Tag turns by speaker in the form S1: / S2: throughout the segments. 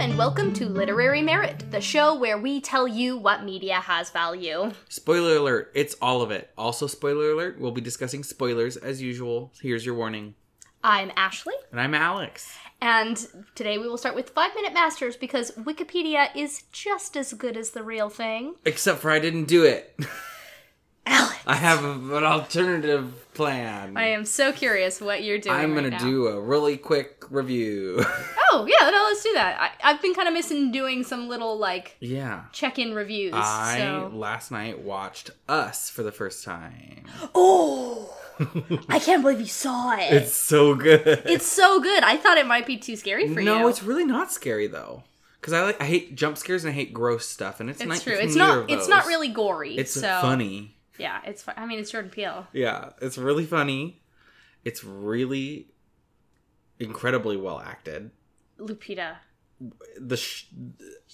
S1: and welcome to Literary Merit, the show where we tell you what media has value.
S2: Spoiler alert, it's all of it. Also, spoiler alert, we'll be discussing spoilers as usual. Here's your warning.
S1: I'm Ashley,
S2: And I'm Alex.
S1: and today we will start with Five Minute Masters because Wikipedia is just as good as the real thing.
S2: Except for I didn't do it.
S1: Alex!
S2: I have a- an alternative plan.
S1: I am so curious what you're doing.
S2: I'm
S1: right
S2: gonna
S1: now.
S2: do a really quick review.
S1: Oh, yeah, no, let's do that. I, I've been kind of missing doing some little, like,
S2: yeah.
S1: check in reviews.
S2: I
S1: So.
S2: last night watched Us for the first time.
S1: Oh! I can't believe you saw it.
S2: It's so good.
S1: It's so good. I thought it might be too scary for you.
S2: no, it's really not scary though. Cause I like I hate jump scares and I hate gross stuff, and it's,
S1: It's
S2: not,
S1: true. It's
S2: neither
S1: not.
S2: of
S1: It's not
S2: those.
S1: really gory.
S2: It's
S1: so,
S2: funny.
S1: Yeah, it's. Fu- I mean, it's Jordan Peele.
S2: Yeah, it's really funny. It's really incredibly well acted.
S1: Lupita.
S2: The sh-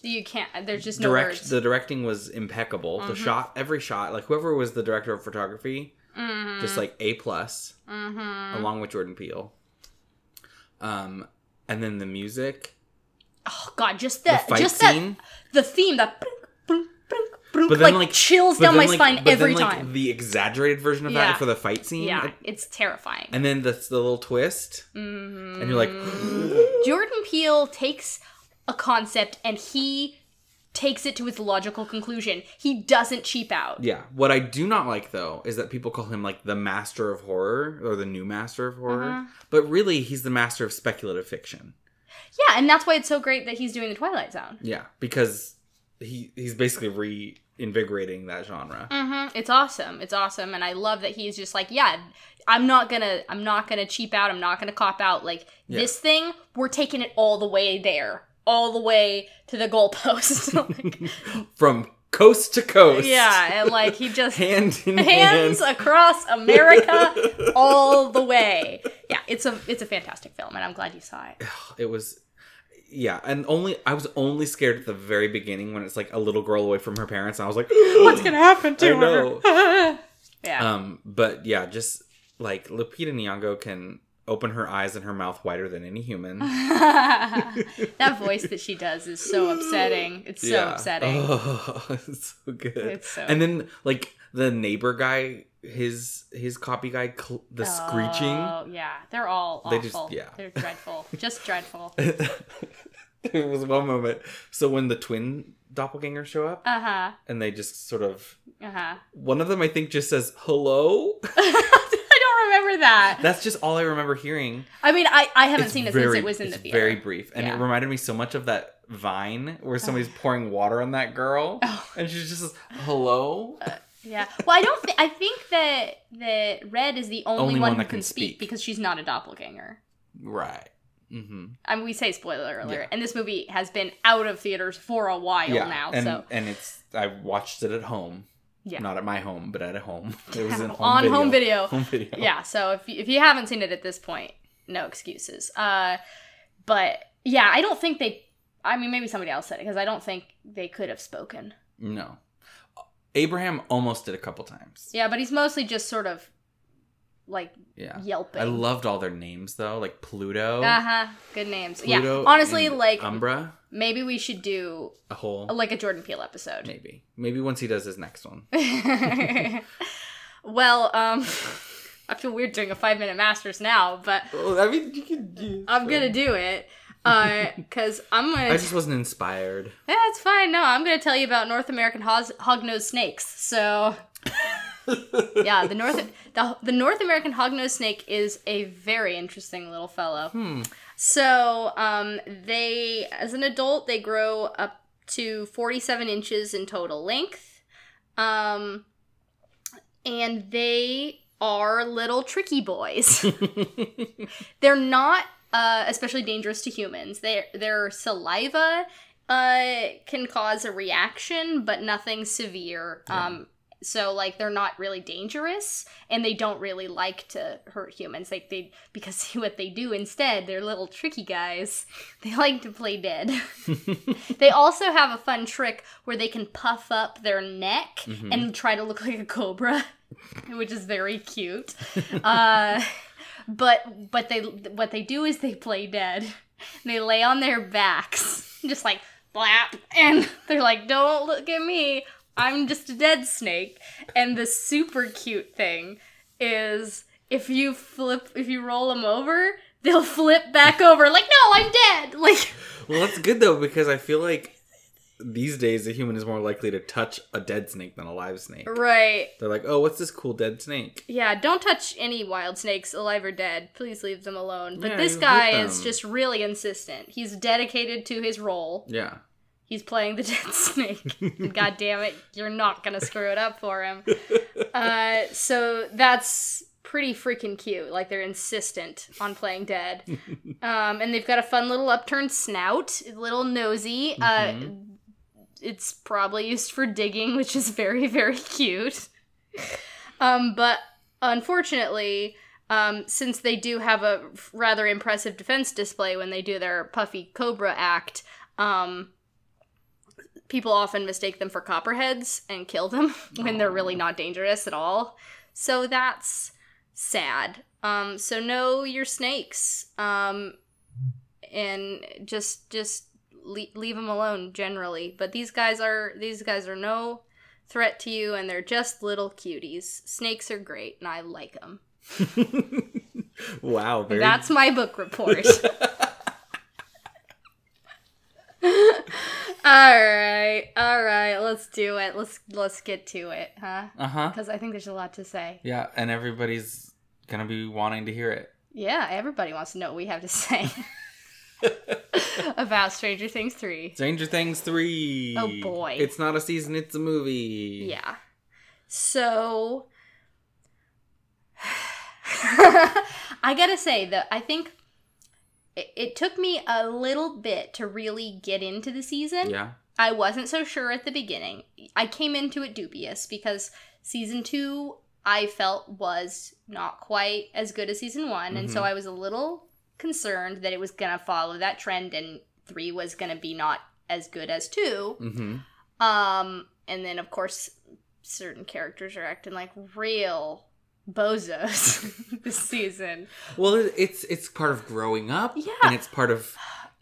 S1: You can't. There's just no
S2: direct
S1: words.
S2: the directing was impeccable. The
S1: Mm-hmm.
S2: shot, every shot, like whoever was the director of photography,
S1: Mhm.
S2: just like a plus,
S1: Mhm.
S2: along with Jordan Peele. Um, and then the music,
S1: Oh God, just
S2: the,
S1: that.
S2: fight
S1: just that.
S2: scene,
S1: The theme. That. brunk, brunk, brunk, brunk,
S2: But then,
S1: like,
S2: like-
S1: chills
S2: but
S1: down my
S2: then, like-
S1: spine
S2: but
S1: every
S2: then, like,
S1: time.
S2: The exaggerated version of
S1: Yeah.
S2: that for the fight scene,
S1: yeah,
S2: I-
S1: it's terrifying.
S2: and then the, the little twist,
S1: Mhm.
S2: and you're like,
S1: Jordan Peele takes a concept and he takes it to its logical conclusion. He doesn't cheap out.
S2: Yeah. What I do not like though is that people call him like the master of horror or the new master of horror,
S1: Uh-huh.
S2: but really he's the master of speculative fiction.
S1: Yeah, and that's why it's so great that he's doing the Twilight Zone.
S2: Yeah, because he he's basically reinvigorating that genre.
S1: hmm It's awesome. It's awesome, and I love that he's just like, yeah, I'm not gonna, I'm not gonna cheap out. I'm not gonna cop out. Like
S2: Yeah.
S1: this thing, we're taking it all the way there, all the way to the goalpost. Like,
S2: From coast to coast.
S1: yeah, and like he just
S2: Hand in hand.
S1: hands across America all the way. Yeah, it's a it's a fantastic film, and I'm glad you saw it.
S2: It was yeah, and only I was only scared at the very beginning when it's like a little girl away from her parents. And I was like,
S1: What's gonna happen to
S2: I
S1: her?
S2: know.
S1: yeah.
S2: Um, but yeah, just like Lupita Nyong'o can open her eyes and her mouth wider than any human.
S1: that voice that she does is so upsetting. It's so
S2: Yeah.
S1: upsetting.
S2: Oh, it's so good.
S1: It's so-
S2: and then like the neighbor guy, his his copy guy, cl- the screeching.
S1: Oh yeah, they're all awful.
S2: They just- yeah.
S1: they're dreadful, just dreadful.
S2: there was one moment. So when the twin doppelgangers show up,
S1: Uh huh.
S2: and they just sort of
S1: Uh huh.
S2: one of them, I think, just says hello.
S1: I don't remember that.
S2: That's just all I remember hearing.
S1: I mean, I I haven't
S2: It's
S1: seen it
S2: very-
S1: since it was in
S2: it's
S1: the theater.
S2: Very brief, and
S1: Yeah.
S2: it reminded me so much of that vine where somebody's pouring water on that girl,
S1: Oh. Uh.
S2: and she just says hello.
S1: Yeah. Well, I don't. Th- I think that that Red is the only, one, who can speak, because she's not a doppelganger.
S2: right. Mm-hmm.
S1: I mean, we say spoiler alert,
S2: Yeah.
S1: and this movie has been out of theaters for a while now.
S2: and,
S1: so
S2: and it's I watched it at home.
S1: Yeah.
S2: Not at my home, but at a home. It was in home
S1: on
S2: video.
S1: home video.
S2: Home video.
S1: yeah so if you, if you haven't seen it at this point no excuses uh but yeah i don't think they i mean maybe somebody else said it because i don't think they could have spoken
S2: No. Abraham almost did a couple times.
S1: yeah but he's mostly just sort of like
S2: Yeah.
S1: yelping
S2: I loved all their names though, like Pluto.
S1: uh-huh good names
S2: Pluto
S1: yeah honestly
S2: and
S1: like
S2: Umbra,
S1: maybe we should do
S2: a whole
S1: like a jordan peele episode
S2: maybe. Maybe once he does his next one.
S1: well um i feel weird doing a five minute masters now but
S2: Well, Oh, I mean, you can. do-
S1: i'm gonna do it uh because i'm gonna
S2: I just wasn't inspired.
S1: Yeah, it's fine. No, I'm going to tell you about North American hos- hognose snakes. So, yeah, the North the, the North American hognose snake is a very interesting little fellow.
S2: Hmm.
S1: So, um, they as an adult they grow up to 47 inches in total length, um, and they are little tricky boys. they're not uh, especially dangerous to humans. Their their saliva uh, can cause a reaction, but nothing severe. Um, so like they're not really dangerous, and they don't really like to hurt humans. Like they because see what they do instead. They're little tricky guys. They like to play dead. they also have a fun trick where they can puff up their neck
S2: Mhm.
S1: and try to look like a cobra, which is very cute. Uh, but but they what they do is they play dead They lay on their backs, just like blap, and they're like, "Don't look at me. I'm just a dead snake." And the super cute thing is if you flip, if you roll them over, they'll flip back over. Like, no, I'm dead. Like,
S2: Well, that's good though because I feel like these days a human is more likely to touch a dead snake than a live snake.
S1: right?
S2: They're like, "Oh, what's this cool dead snake?"
S1: Yeah, don't touch any wild snakes, alive or dead. Please leave them alone. But
S2: Yeah,
S1: this
S2: you hurt
S1: guy is
S2: them.
S1: just really insistent. He's dedicated to his role.
S2: Yeah.
S1: He's playing the dead snake. And God damn it, you're not gonna screw it up for him. Uh, so that's pretty freaking cute. Like they're insistent on playing dead, um, and they've got a fun little upturned snout, a little nosy. Uh, it's probably used for digging, which is very very cute. Um, but unfortunately. Um, since they do have a rather impressive defense display when they do their puffy cobra act, um, people often mistake them for copperheads and kill them when they're really not dangerous at all. So that's sad. Um, so know your snakes. Um, and just just le- leave them alone generally. But these guys are these guys are no threat to you, and they're just little cuties. Snakes are great, and I like them.
S2: wow, very
S1: That's my book report. all right, all right, let's do it. Let's let's get to it, huh?
S2: Uh-huh.
S1: Because I think there's a lot to say.
S2: Yeah, and everybody's going to be wanting to hear it.
S1: Yeah, everybody wants to know what we have to say about Stranger Things three.
S2: Stranger Things 3.
S1: Oh, boy.
S2: It's not a season, it's a movie.
S1: Yeah. So I gotta say that I think it, it took me a little bit to really get into the season.
S2: Yeah.
S1: I wasn't so sure at the beginning. I came into it dubious because season two I felt was not quite as good as season one, and so
S2: Mhm.
S1: I was a little concerned that it was gonna follow that trend and three was gonna be not as good as two.
S2: Mm-hmm.
S1: Um, and then of course certain characters are acting like real bozos this season.
S2: Well, it- it's it's part of growing up.
S1: Yeah.
S2: And it's part of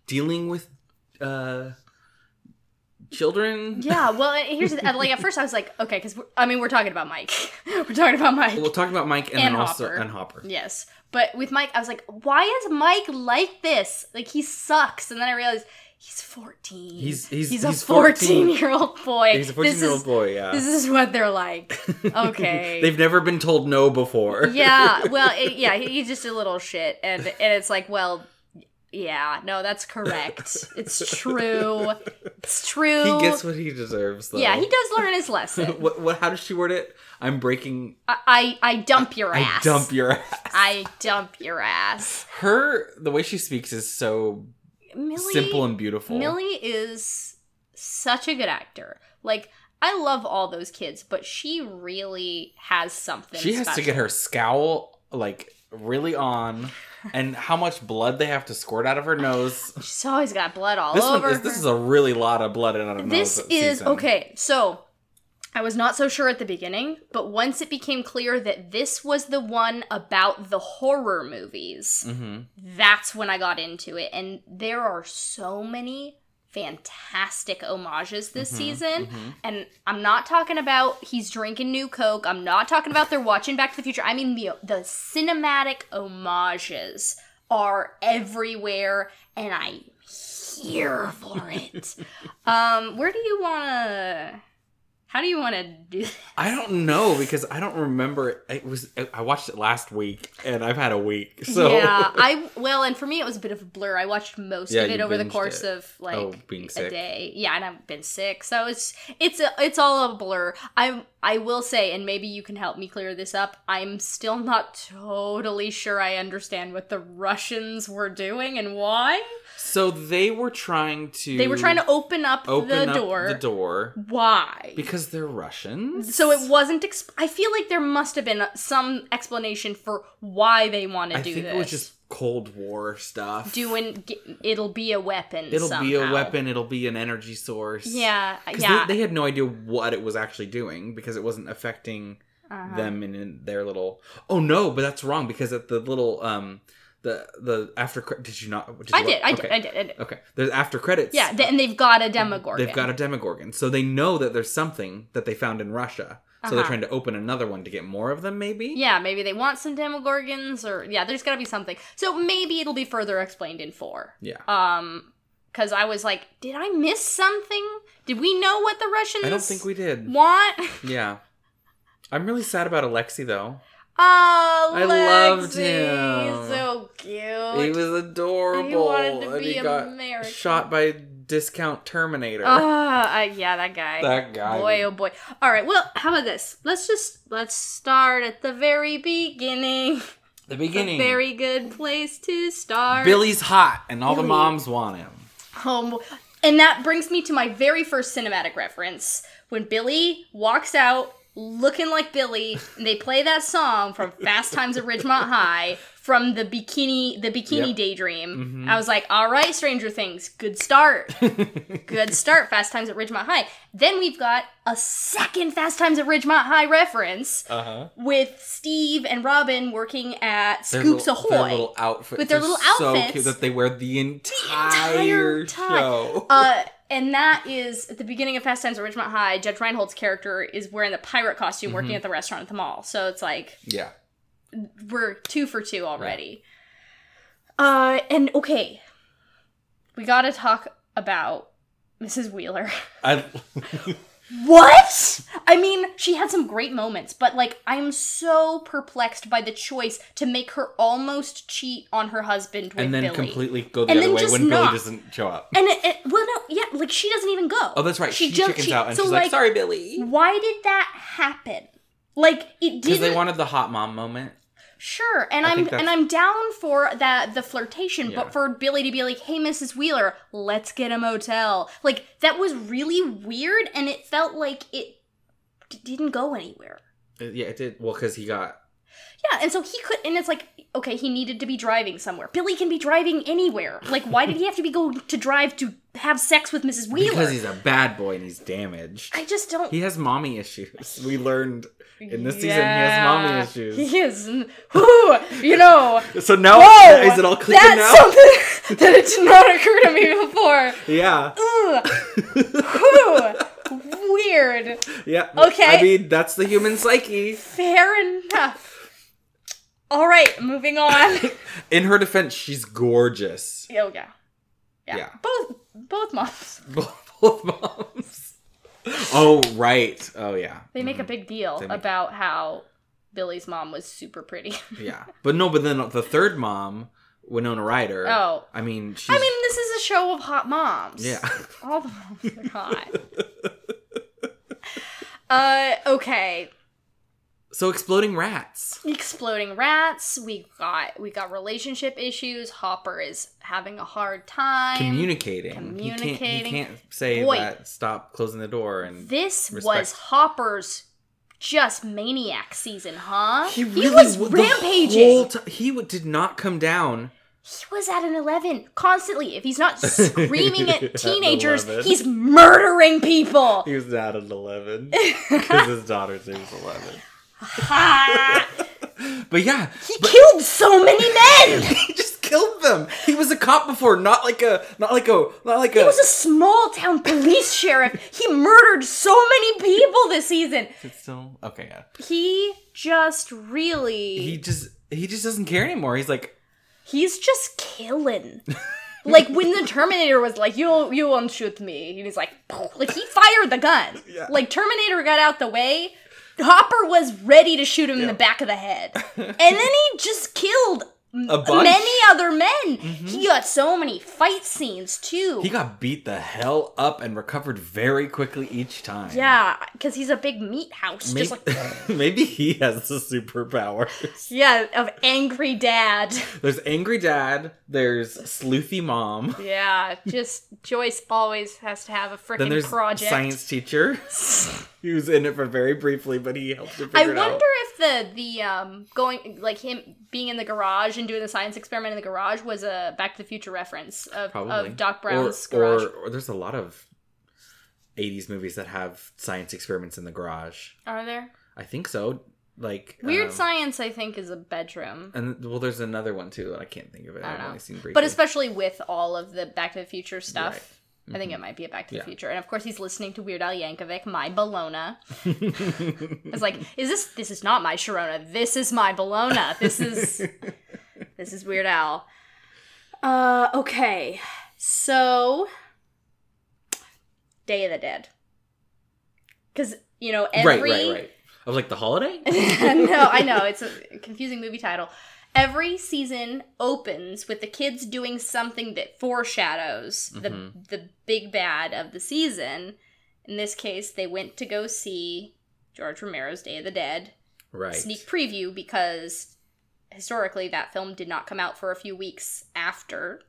S2: dealing with uh children.
S1: Yeah, well, and here's the, uh, like at first I was like, okay, because I mean we're talking about Mike, we're talking about Mike.
S2: We'll talk about Mike and,
S1: And
S2: then also
S1: Hopper.
S2: and Hopper.
S1: Yes. But with Mike, I was like, why is Mike like this? Like, he sucks. And then I realized he's 14.
S2: He's- he's-
S1: a
S2: he's
S1: 14 year old boy.
S2: He's a 14
S1: This
S2: year
S1: is-
S2: old boy, yeah.
S1: This is what they're like. Okay.
S2: They've never been told no before.
S1: yeah. Well, it, yeah, he- he's just a little shit. And, and it's like, well, yeah, no, that's correct. It's true. It's true.
S2: He gets what he deserves, though.
S1: yeah, he does learn his lesson.
S2: What, what, how does she word it? I'm breaking.
S1: I, I, I dump your
S2: I
S1: ass.
S2: dump your ass.
S1: I dump your ass.
S2: Her, the way she speaks is so
S1: Millie,
S2: simple and beautiful.
S1: Millie is such a good actor. Like I love all those kids, but she really has something.
S2: she has to
S1: special.
S2: get her scowl like really on, and how much blood they have to squirt out of her nose.
S1: She's always got blood all
S2: This
S1: over.
S2: one is. This
S1: her.
S2: is a really lot of blood out of
S1: This
S2: nose.
S1: is
S2: season.
S1: okay. So I was not so sure at the beginning, but once it became clear that this was the one about the horror movies,
S2: hmm
S1: that's when I got into it. And there are so many fantastic homages this
S2: Mm-hmm,
S1: season. And I'm not talking about he's drinking new Coke. I'm not talking about they're watching Back to the Future. I mean, the, the cinematic homages are everywhere, and i here for it. um, where do you want to. How do you want to do
S2: I don't know because I don't remember. It, it was. I watched it last week, and I've had a week. So
S1: Yeah, I well, and for me it was a bit of a blur. I watched most
S2: Yeah,
S1: of it
S2: you
S1: over the
S2: binged
S1: course
S2: it.
S1: of like
S2: Oh, being
S1: a
S2: sick.
S1: day. Yeah, and I've been sick, so it's it's a, it's all a blur. I I will say, and maybe you can help me clear this up. I'm still not totally sure I understand what the Russians were doing and why
S2: So they were trying to.
S1: they were trying to open up
S2: open
S1: the
S2: up
S1: door.
S2: the door
S1: Why?
S2: because they're Russians.
S1: so it wasn't. Exp- I feel like there must have been some explanation for why they want to
S2: I
S1: do
S2: think
S1: this.
S2: it was just Cold War stuff.
S1: doing g- it'll be a weapon
S2: It'll be a
S1: somehow.
S2: weapon. It'll be an energy source.
S1: yeah
S2: 'Cause
S1: yeah
S2: They, they had no idea what it was actually doing because it wasn't affecting
S1: Uh-huh.
S2: them in, in their little. Oh no, but that's wrong because at the little um the the after cre- did you not? Did you
S1: I
S2: look?
S1: did, I did,
S2: okay.
S1: I did, I did.
S2: Okay, there's after credits.
S1: Yeah, th- and they've got a Demogorgon.
S2: They've got a Demogorgon. So they know that there's something that they found in Russia. So they're
S1: Uh-huh.
S2: trying to open another one to get more of them, maybe?
S1: Yeah, maybe they want some Demogorgons, or yeah, there's got to be something. So maybe it'll be further explained in four.
S2: Yeah.
S1: Um, because I was like, did I miss something? Did we know what the Russians?
S2: I don't think we did.
S1: want.
S2: Yeah. I'm really sad about Alexei, though.
S1: Oh,
S2: I loved
S1: Lexi,
S2: him.
S1: So
S2: He
S1: cute.
S2: was adorable.
S1: Oh, He wanted to
S2: and
S1: be
S2: he got
S1: American.
S2: shot by discount Terminator.
S1: Ah, I- yeah, that guy.
S2: that guy.
S1: boy, oh boy. All right. Well, how about this? Let's just let's start at the very beginning.
S2: the beginning.
S1: A very good place to start.
S2: Billy's hot, and all the
S1: Billy.
S2: moms want him.
S1: home. Um, And that brings me to my very first cinematic reference when Billy walks out looking like Billy, and they play that song from Fast Times at Ridgemont High from the bikini the bikini
S2: Yep.
S1: daydream.
S2: Mhm.
S1: I was like, all right, Stranger Things, good start. Good start, Fast Times at Ridgemont High. Then we've got a second Fast Times at Ridgemont High reference
S2: uh huh.
S1: with Steve and Robin working at Scoops Ahoy.
S2: Their little outfits.
S1: With their
S2: are
S1: little
S2: So
S1: outfits.
S2: cute that they wear the entire,
S1: entire time.
S2: show.
S1: Uh, and that is at the beginning of Fast Times at Ridgemont High. Judge Reinhold's character is wearing the pirate costume,
S2: Mm-hmm.
S1: working at the restaurant at the mall. So it's like
S2: yeah.
S1: we're two for two already. Uh, and okay, we got to talk about Mrs. Wheeler.
S2: I,
S1: What? I mean, she had some great moments, but like, I'm so perplexed by the choice to make her almost cheat on her husband with
S2: and then
S1: Billy.
S2: completely go the
S1: And
S2: other
S1: then
S2: way
S1: just
S2: when
S1: not.
S2: Billy doesn't show up.
S1: And it, it, well, no, yeah, like she doesn't even go.
S2: Oh, that's right. She,
S1: ju-
S2: chickens out, and she's like, "Sorry, Billy,"
S1: why did that happen? Like it
S2: because
S1: didn't.
S2: they wanted the hot mom moment.
S1: sure, and
S2: I
S1: I'm
S2: think that's-
S1: and I'm down for that the flirtation,
S2: Yeah.
S1: but for Billy to be like, "Hey, Mrs. Wheeler, let's get a motel." Like that was really weird, and it felt like it d- didn't go anywhere.
S2: Uh, Yeah, it did. Well, because he got
S1: Yeah, and so he could, and it's like, okay, he needed to be driving somewhere. Billy can be driving anywhere. Like, why did he have to be go to drive to have sex with Mrs. Wheeler?
S2: because he's a bad boy and he's damaged.
S1: I just don't.
S2: He has mommy issues. We learned in this season he has mommy
S1: Yeah.
S2: issues.
S1: He is. Whew, you know,
S2: So now
S1: Whoa!
S2: Oh, is it all clicking
S1: That's
S2: now?
S1: something that it did not occur to me before.
S2: yeah,
S1: Ugh. Whew. Weird.
S2: yeah.
S1: Okay.
S2: I mean, that's the human psyche.
S1: Fair enough. All right, moving on.
S2: In her defense, she's gorgeous.
S1: Oh yeah. yeah,
S2: Yeah.
S1: Both both moms.
S2: Both both moms. Oh right. Oh yeah.
S1: They make a big deal
S2: They make-
S1: about how Billy's mom was super pretty.
S2: Mm-hmm. Yeah, but no. But then the third mom, Winona Ryder.
S1: Oh.
S2: I mean, she's
S1: I mean, this is a show of hot moms.
S2: yeah.
S1: All the moms are hot. uh, okay.
S2: So exploding rats.
S1: exploding rats we got we got relationship issues hopper is having a hard time
S2: Communicating. He can't,
S1: Communicating.
S2: he can't say
S1: Boy.
S2: that. Stop closing the door and.
S1: this was
S2: Respect.
S1: hopper's just maniac season huh
S2: really
S1: was
S2: wa- the
S1: rampaging
S2: whole ti- he w- did not come down.
S1: he was at an 11 constantly if he's not screaming at
S2: At
S1: teenagers
S2: 11.
S1: he's murdering people
S2: He was not at eleven because his daughter's name was eleven.
S1: ha!
S2: But yeah,
S1: he killed so many men
S2: he just killed them. He was a cop before, not like a, not like a, not like
S1: he was a small town police sheriff he murdered so many people this season
S2: It's still okay. Yeah.
S1: he just really
S2: He just he just doesn't care anymore. He's like,
S1: He's just killing. like when the Terminator was like, "You you won't shoot me," and he's like, "Pow." like he fired the gun.
S2: Yeah.
S1: Like Terminator got out the way. Hopper was ready to shoot him in the back of the head, and then he just killed m-
S2: A bunch. Mm-hmm.
S1: many other men. He got so many fight scenes too.
S2: He got beat the hell up and recovered very quickly each time.
S1: yeah, because he's a big meat house,
S2: Maybe,
S1: just like
S2: maybe he has the superpowers.
S1: yeah, of angry dad.
S2: There's angry dad. There's sleuthy mom.
S1: Yeah, just Joyce always has to have a freaking
S2: Then there's
S1: project.
S2: science teacher. he was in it for very briefly, but he helped to figure
S1: I
S2: it out.
S1: wonder if the the um going like him being in the garage and doing the science experiment in the garage was a Back to the Future reference of,
S2: Probably
S1: of Doc Brown's
S2: or,
S1: garage.
S2: Or, or there's a lot of 80s movies that have science experiments in the garage.
S1: Are there?
S2: I think so. Like
S1: Weird
S2: um,
S1: Science, I think, is a bedroom.
S2: And well, there's another one too. I can't think of it.
S1: I
S2: I've
S1: don't know.
S2: only seen briefly.
S1: But especially with all of the Back to the Future stuff, I think
S2: Mhm.
S1: it might be a Back to the
S2: Yeah.
S1: Future. And of course, he's listening to Weird Al Yankovic, my Bologna. It's like, is this this is not my Sharona? This is my Bologna. This is this is Weird Al. Uh, okay, so Day of the Dead, because you know every
S2: right, right, right. I was like the holiday.
S1: no, I know it's a confusing movie title. Every season opens with the kids doing something that foreshadows
S2: Mhm.
S1: the the big bad of the season. In this case, they went to go see George Romero's Day of the Dead
S2: Right.
S1: sneak preview because historically that film did not come out for a few weeks after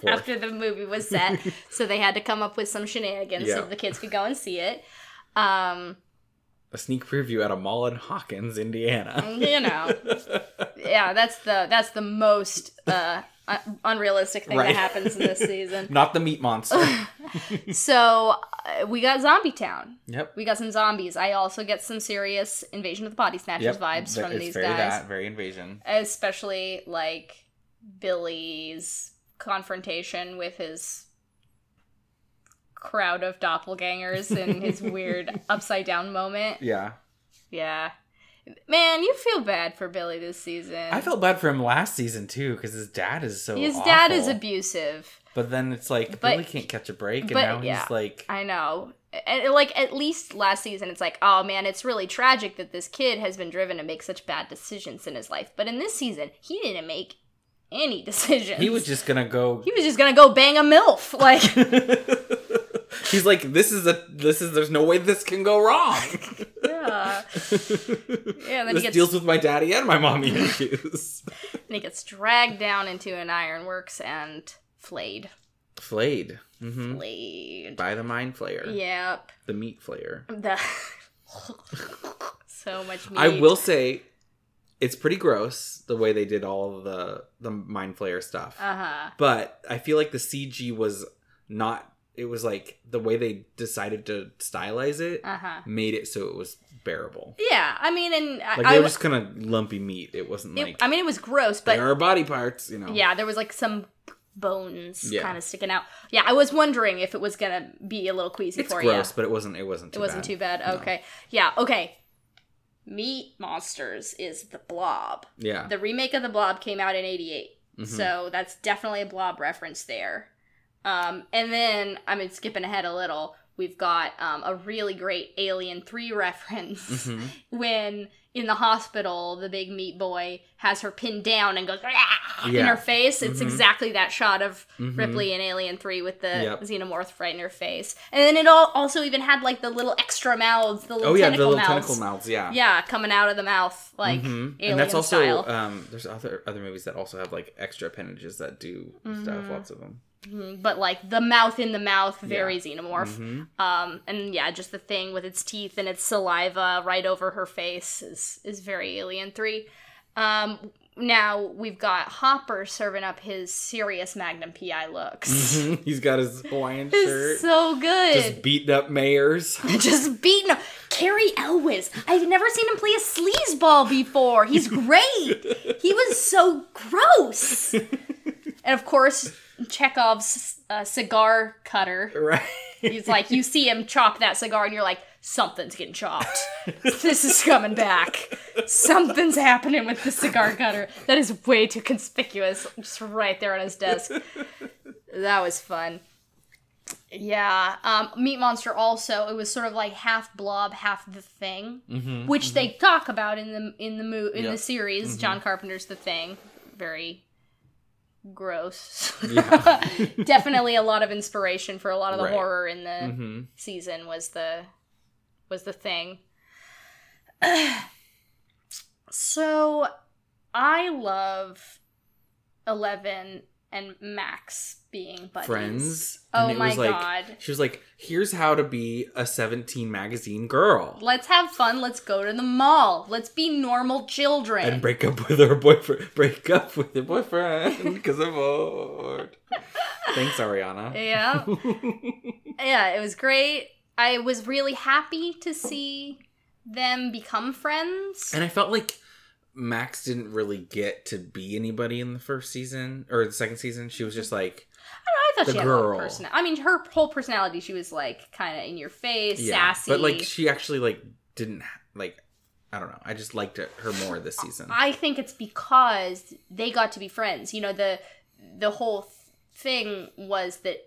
S2: Fourth.
S1: after the movie was set, so they had to come up with some shenanigans so
S2: Yeah.
S1: the kids could go and see it. Um,
S2: a sneak preview at a mall in Hawkins, Indiana.
S1: you know. yeah, that's the that's the most uh, un- unrealistic thing
S2: Right.
S1: that happens in this season.
S2: Not the meat monster.
S1: so uh, we got Zombie Town.
S2: yep.
S1: We got some zombies. I also get some serious Invasion of the Body Snatchers
S2: Yep.
S1: vibes
S2: Th-
S1: from
S2: it's
S1: these
S2: very
S1: guys,
S2: That, very invasion.
S1: especially like Billy's confrontation with his crowd of doppelgangers and his weird upside down moment.
S2: Yeah.
S1: Yeah. Man, you feel bad for Billy this season.
S2: I felt bad for him last season too, because his dad is so.
S1: his dad is
S2: awful.
S1: abusive.
S2: But then it's like
S1: But-
S2: Billy can't catch a break, and
S1: but,
S2: now
S1: yeah.
S2: he's like,
S1: I know. And, like at least last season, it's like, oh man, it's really tragic that this kid has been driven to make such bad decisions in his life. But in this season, he didn't make any decisions.
S2: he was just gonna go.
S1: he was just gonna go bang a milf. Like
S2: he's like, this is a this is. There's no way this can go wrong.
S1: yeah, yeah. And then
S2: this
S1: he gets
S2: deals with my daddy and my mommy issues.
S1: and he gets dragged down into an ironworks and flayed,
S2: Flayed. Mm-hmm.
S1: flayed.
S2: By the mind flayer.
S1: Yep.
S2: The meat flayer.
S1: The so much. Meat.
S2: I will say, it's pretty gross the way they did all of the the mind flayer stuff.
S1: Uh huh.
S2: but I feel like the CG was not. It was like the way they decided to stylize it
S1: Uh huh.
S2: made it so it was bearable.
S1: Yeah. I mean, and I,
S2: Like
S1: I
S2: they
S1: w-
S2: were just kind of lumpy meat. It wasn't
S1: it-
S2: like
S1: I mean, it was gross, but
S2: there are body parts, you know.
S1: Yeah, there was like some bones
S2: Yeah.
S1: kind of sticking out. Yeah, I was wondering if it was gonna be a little queasy
S2: it's
S1: for
S2: gross, but it wasn't. It
S1: you. It
S2: wasn't. Too
S1: wasn't
S2: bad.
S1: too bad.
S2: No.
S1: Okay. Yeah. Okay. Meat Monsters is the Blob.
S2: Yeah.
S1: The remake of the Blob came out in '88,
S2: Mhm.
S1: so that's definitely a Blob reference there. Um, and then I mean, skipping ahead a little, we've got um, a really great Alien Three reference
S2: Mhm.
S1: when in the hospital the big meat boy has her pinned down and goes "Rah!" in
S2: Yeah.
S1: her face it's
S2: Mhm.
S1: exactly that shot of
S2: Mhm.
S1: ripley in alien 3 with the
S2: Yep.
S1: xenomorph right in her face and then it all also even had like the little extra mouths the little
S2: Oh yeah, the
S1: tentacle
S2: little
S1: mouths
S2: tentacle mouths. Yeah.
S1: yeah coming out of the mouth like
S2: Mhm.
S1: alien
S2: and that's also
S1: style
S2: um there's other other movies that also have like extra appendages that do stuff
S1: Mhm.
S2: lots of them
S1: Mhm, but like the mouth in the mouth very
S2: Yeah.
S1: xenomorph
S2: Mhm.
S1: um and yeah just the thing with its teeth and its saliva right over her face is is very alien 3 um now we've got hopper serving up his serious magnum pi looks
S2: Mhm. he's got his hawaiian
S1: It's
S2: shirt
S1: so
S2: just
S1: good
S2: beating up mayors
S1: just, beating up Carrie Elwes. I've never seen him play a sleazeball before. He's great. he was so gross. and of course, Chekhov's uh, cigar cutter.
S2: right
S1: He's like, you see him chop that cigar, and you're like, something's getting chopped. this is coming back. Something's happening with the cigar cutter. That is way too conspicuous. Just right there on his desk. That was fun. Yeah. Um, Meat Monster also, it was sort of like half blob, half the thing,
S2: Mhm.
S1: which they talk about in the in the mo- in
S2: Yep.
S1: the series.
S2: Mm-hmm.
S1: John Carpenter's The Thing. Very gross.
S2: Yeah.
S1: Definitely a lot of inspiration for a lot of the
S2: Right.
S1: horror in the
S2: Mhm.
S1: season was the was the thing. so I love Eleven and Max being buddies.
S2: friends
S1: Oh
S2: and it
S1: my
S2: was like
S1: god.
S2: she was like here's how to be a 17 magazine girl
S1: Let's have fun. Let's go to the mall. Let's be normal children.
S2: and break up with her boyfriend break up with your boyfriend because i'm bored thanks ariana
S1: yeah. yeah, it was great. I was really happy to see them become friends.
S2: And I felt like Max didn't really get to be anybody in the first season or the second season. She was just like,
S1: I thought
S2: the
S1: she had a lot of
S2: girl.
S1: person- I mean, her whole personality, she was like kind of in your face,
S2: yeah,
S1: sassy.
S2: but like she actually like didn't ha- like. I don't know. I just liked it- her more this season.
S1: I think it's because they got to be friends. You know, the the whole th- thing was that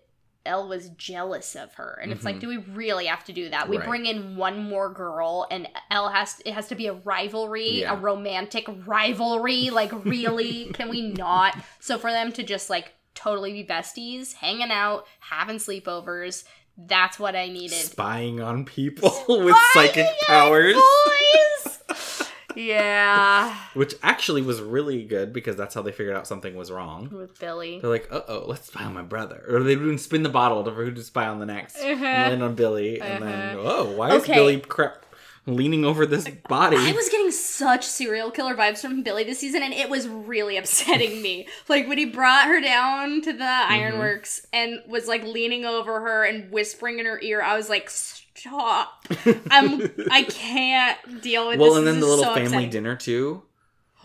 S1: Elle was jealous of her, and it's like,
S2: Mhm.
S1: do we really have to do that? We
S2: Right.
S1: bring in one more girl, and Elle has it has to be a rivalry,
S2: Yeah.
S1: a romantic rivalry. Like, really, can we not? So for them to just like totally be besties, hanging out, having sleepovers. That's what I needed.
S2: Spying on people with psychic
S1: Spying on
S2: powers,
S1: Boys. yeah.
S2: which actually was really good because that's how they figured out something was wrong.
S1: With Billy.
S2: They're like, uh oh, let's spy on my brother. Or they would spin the bottle to who to spy on the next.
S1: Uh-huh.
S2: And land on Billy. And then, oh, why is
S1: Okay.
S2: Billy crap leaning over this body?
S1: I was getting such serial killer vibes from Billy this season, and it was really upsetting me. Like when he brought her down to the
S2: Mm-hmm.
S1: ironworks and was like leaning over her and whispering in her ear, I was like, "Stop! I'm I can't deal with
S2: well,
S1: this."
S2: and then
S1: This
S2: the
S1: is
S2: little
S1: so
S2: family
S1: upsetting.
S2: dinner too.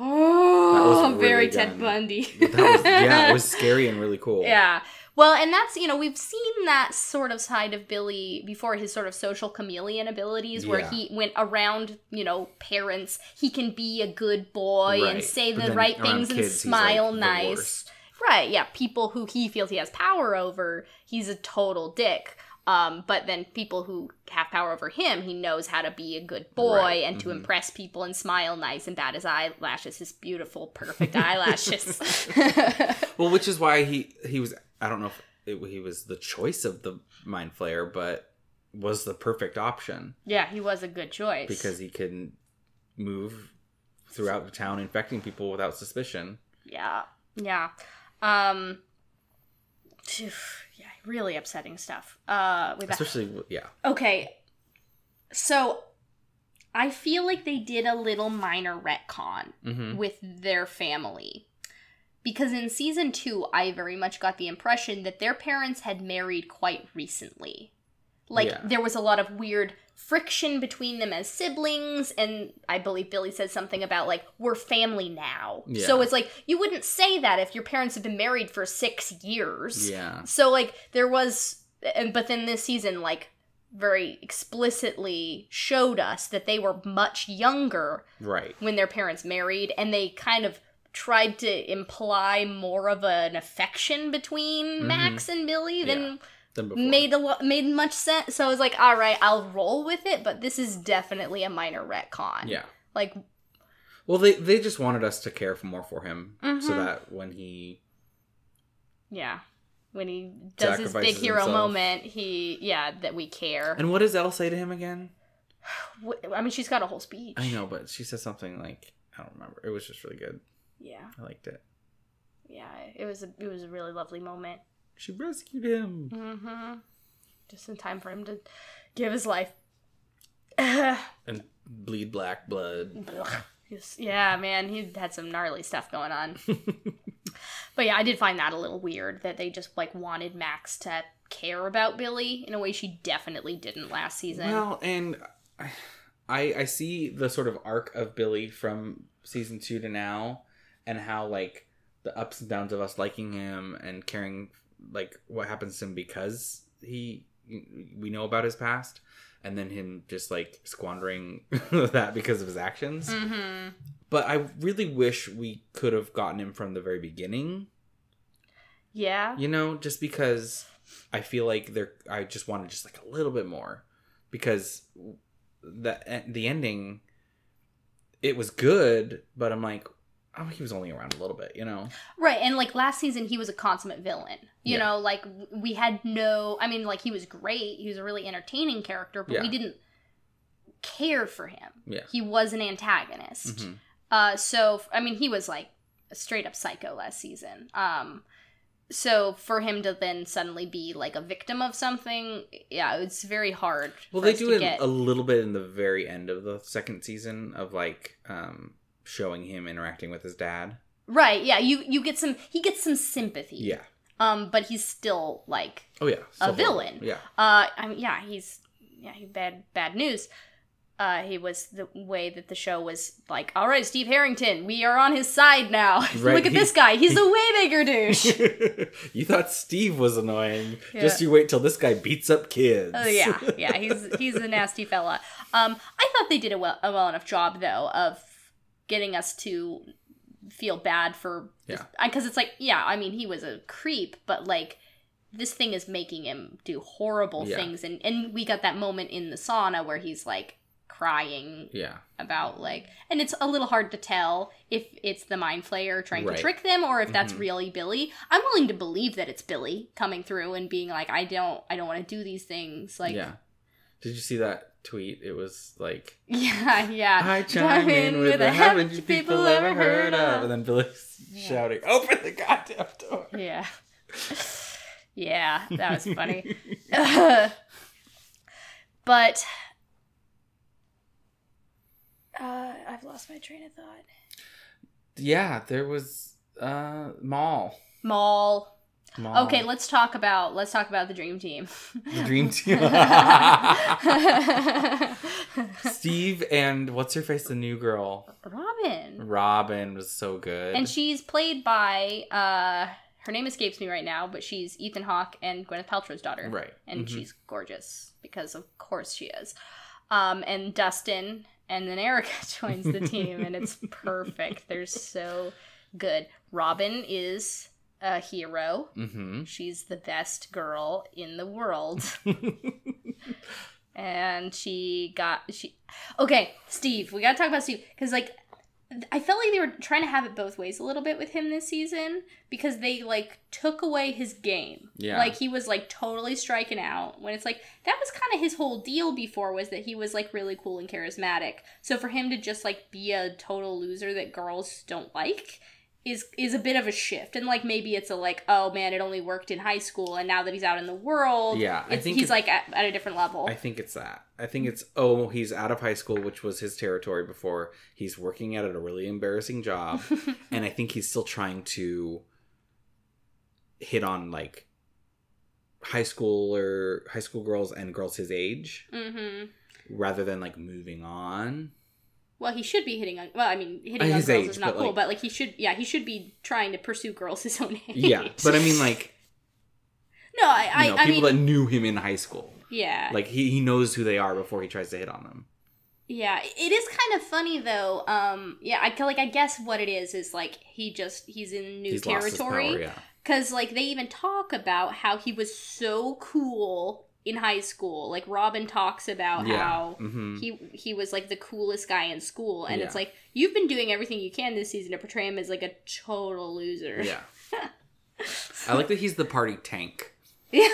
S1: Oh,
S2: really
S1: very
S2: done.
S1: Ted Bundy.
S2: That was yeah, it was scary and really cool.
S1: Yeah. Well, and that's, you know, we've seen that sort of side of Billy before his sort of social chameleon abilities, where
S2: Yeah.
S1: he went around, you know, parents. He can be a good boy and
S2: Right.
S1: say
S2: But
S1: the
S2: then
S1: right
S2: around
S1: things and
S2: kids, he's, like,
S1: smile
S2: the
S1: nice.
S2: worst.
S1: Right. Yeah. People who he feels he has power over, he's a total dick. Um, but then people who have power over him, he knows how to be a good boy
S2: Right,
S1: and to
S2: mhm.
S1: impress people and smile nice and bat his eyelashes, his beautiful, perfect eyelashes.
S2: Well, which is why he he was I don't know if it, he was the choice of the mind flayer, but was the perfect option
S1: yeah, he was a good choice.
S2: because he can move throughout the town infecting people without suspicion.
S1: Yeah. Yeah. Um phew, yeah, really upsetting stuff. Uh with that.
S2: Especially yeah.
S1: Okay. So I feel like they did a little minor retcon
S2: Mhm.
S1: with their family. Because in season 2, I very much got the impression that their parents had married quite recently. Like
S2: Yeah.
S1: there was a lot of weird friction between them as siblings and I believe Billy said something about like we're family now.
S2: Yeah.
S1: So it's like you wouldn't say that if your parents have been married for 6 years.
S2: Yeah.
S1: So like there was and but then this season like very explicitly showed us that they were much younger
S2: Right.
S1: when their parents married and they kind of tried to imply more of an affection between
S2: Mhm.
S1: Max and Billy than
S2: Than before.
S1: made a lo- made much sense. So I was like, all right, I'll roll with it, but this is definitely a minor retcon.
S2: yeah.
S1: Like
S2: Well, they they just wanted us to care for more for him, so
S1: Mhm.
S2: that when he
S1: yeah. When he does his big
S2: Sacrifices
S1: hero
S2: himself.
S1: moment, he yeah, that we care.
S2: and what does Elle say to him again?
S1: Wh- I mean, she's got a whole speech.
S2: I know, but she said something like I don't remember. It was just really good.
S1: Yeah.
S2: I liked it.
S1: Yeah, it was a, it was a really lovely moment.
S2: She rescued him.
S1: Mm-hmm. Just in time for him to give his life.
S2: and bleed black blood.
S1: He's- yeah, man, he had some gnarly stuff going on. but yeah, I did find that a little weird that they just like wanted Max to care about Billy in a way she definitely didn't last season.
S2: Well, and I I see the sort of arc of Billy from season two to now, and how like the ups and downs of us liking him and caring like what happens to him because he we know about his past, and then him just like squandering that because of his actions.
S1: mm-hmm.
S2: But I really wish we could have gotten him from the very beginning.
S1: Yeah.
S2: you know just because i feel like there i just wanted just like a little bit more because the e, the ending it was good but i'm like oh he was only around a little bit you know
S1: Right, and like last season, he was a consummate villain. You
S2: Yeah.
S1: know, like w- we had no. I mean, like he was great. He was a really entertaining character, but we
S2: Yeah.
S1: didn't care for him.
S2: Yeah.
S1: He was an antagonist.
S2: Mhm.
S1: Uh, so f- I mean, he was like a straight up psycho last season. Um, so for him to then suddenly be like a victim of something, yeah, it's very hard.
S2: well
S1: for
S2: they
S1: us
S2: do
S1: to
S2: it
S1: get.
S2: a little bit in the very end of the second season of like um showing him interacting with his dad
S1: right. Yeah, you you get some. He gets some sympathy.
S2: yeah
S1: Um, but he's still like
S2: oh yeah So
S1: villain.
S2: yeah
S1: Uh, I mean, yeah, he's yeah, he bad bad news. uh, he was the way that the show was like, all right, Steve Harrington, we are on his side now.
S2: Right,
S1: Look at
S2: he-
S1: this guy. He's a way bigger douche.
S2: you thought Steve was annoying.
S1: Yeah.
S2: Just you wait till this guy beats up kids.
S1: Oh yeah, yeah, he's he's a nasty fella. Um, I thought they did a well a well enough job though of getting us to feel bad for
S2: Yeah.
S1: because it's like yeah, I mean he was a creep, but like this thing is making him do horrible
S2: Yeah.
S1: things, and and we got that moment in the sauna where he's like crying
S2: yeah.
S1: about like and it's a little hard to tell if it's the mind flayer trying
S2: Right.
S1: to trick them or if that's
S2: Mhm.
S1: really billy i'm willing to believe that it's billy coming through and being like i don't i don't want to do these things like
S2: yeah. Did you see that tweet? It was like,
S1: yeah yeah
S2: I chime in with the haven't you people ever heard of? And then Billy's
S1: Yeah.
S2: shouting, open the goddamn door.
S1: yeah yeah that was funny but uh, i've lost my train of thought
S2: yeah, there was uh Maul.
S1: mall
S2: Maul.
S1: Okay, let's talk about let's talk about the dream team.
S2: The dream team.
S1: Robin
S2: Steve and what's her face, the new girl, Robin was so good.
S1: and she's played by uh her name escapes me right now, but she's Ethan Hawke and Gwyneth Paltrow's daughter,
S2: right,
S1: and
S2: Mhm.
S1: she's gorgeous because of course she is. Um, and Dustin and then Erica joins the team, and it's perfect. They're so good. Robin is a hero.
S2: Mhm.
S1: She's the best girl in the world. and she got she Okay, Steve, we got to talk about Steve cuz like I felt like they were trying to have it both ways a little bit with him this season because they like took away his game.
S2: Yeah.
S1: Like he was like totally striking out when it's like that was kind of his whole deal before was that he was like really cool and charismatic. So for him to just like be a total loser that girls don't like is is a bit of a shift and like maybe it's a like oh man it only worked in high school and now that he's out in the world
S2: Yeah, I
S1: it's-
S2: think
S1: he's
S2: it's-
S1: like at, at a different level
S2: I think it's that. I think it's oh, he's out of high school, which was his territory before. He's working at a really embarrassing job, and I think he's still trying to hit on like high school or high school girls and girls his age,
S1: mm-hmm
S2: rather than like moving on.
S1: well he should be hitting on well i mean hitting on
S2: His
S1: girls
S2: age,
S1: is not
S2: but,
S1: cool
S2: like-
S1: but like he should yeah he should be trying to pursue girls his own age
S2: Yeah, but I mean, like
S1: no i
S2: you
S1: i,
S2: know,
S1: I mean
S2: people that knew him in high school,
S1: yeah
S2: like he he knows who they are before he tries to hit on them.
S1: Yeah, it is kind of funny though. Um, yeah, I feel like I guess what it is is like he just he's in new
S2: he's lost his
S1: territory
S2: power. Yeah,
S1: because like they even talk about how he was so cool in high school. Like Robin talks about
S2: yeah.
S1: how
S2: Mhm.
S1: he he was like the coolest guy in school, and it's
S2: Yeah.
S1: like you've been doing everything you can this season to portray him as like a total loser.
S2: Yeah. I like that he's the party tank.
S1: Yeah,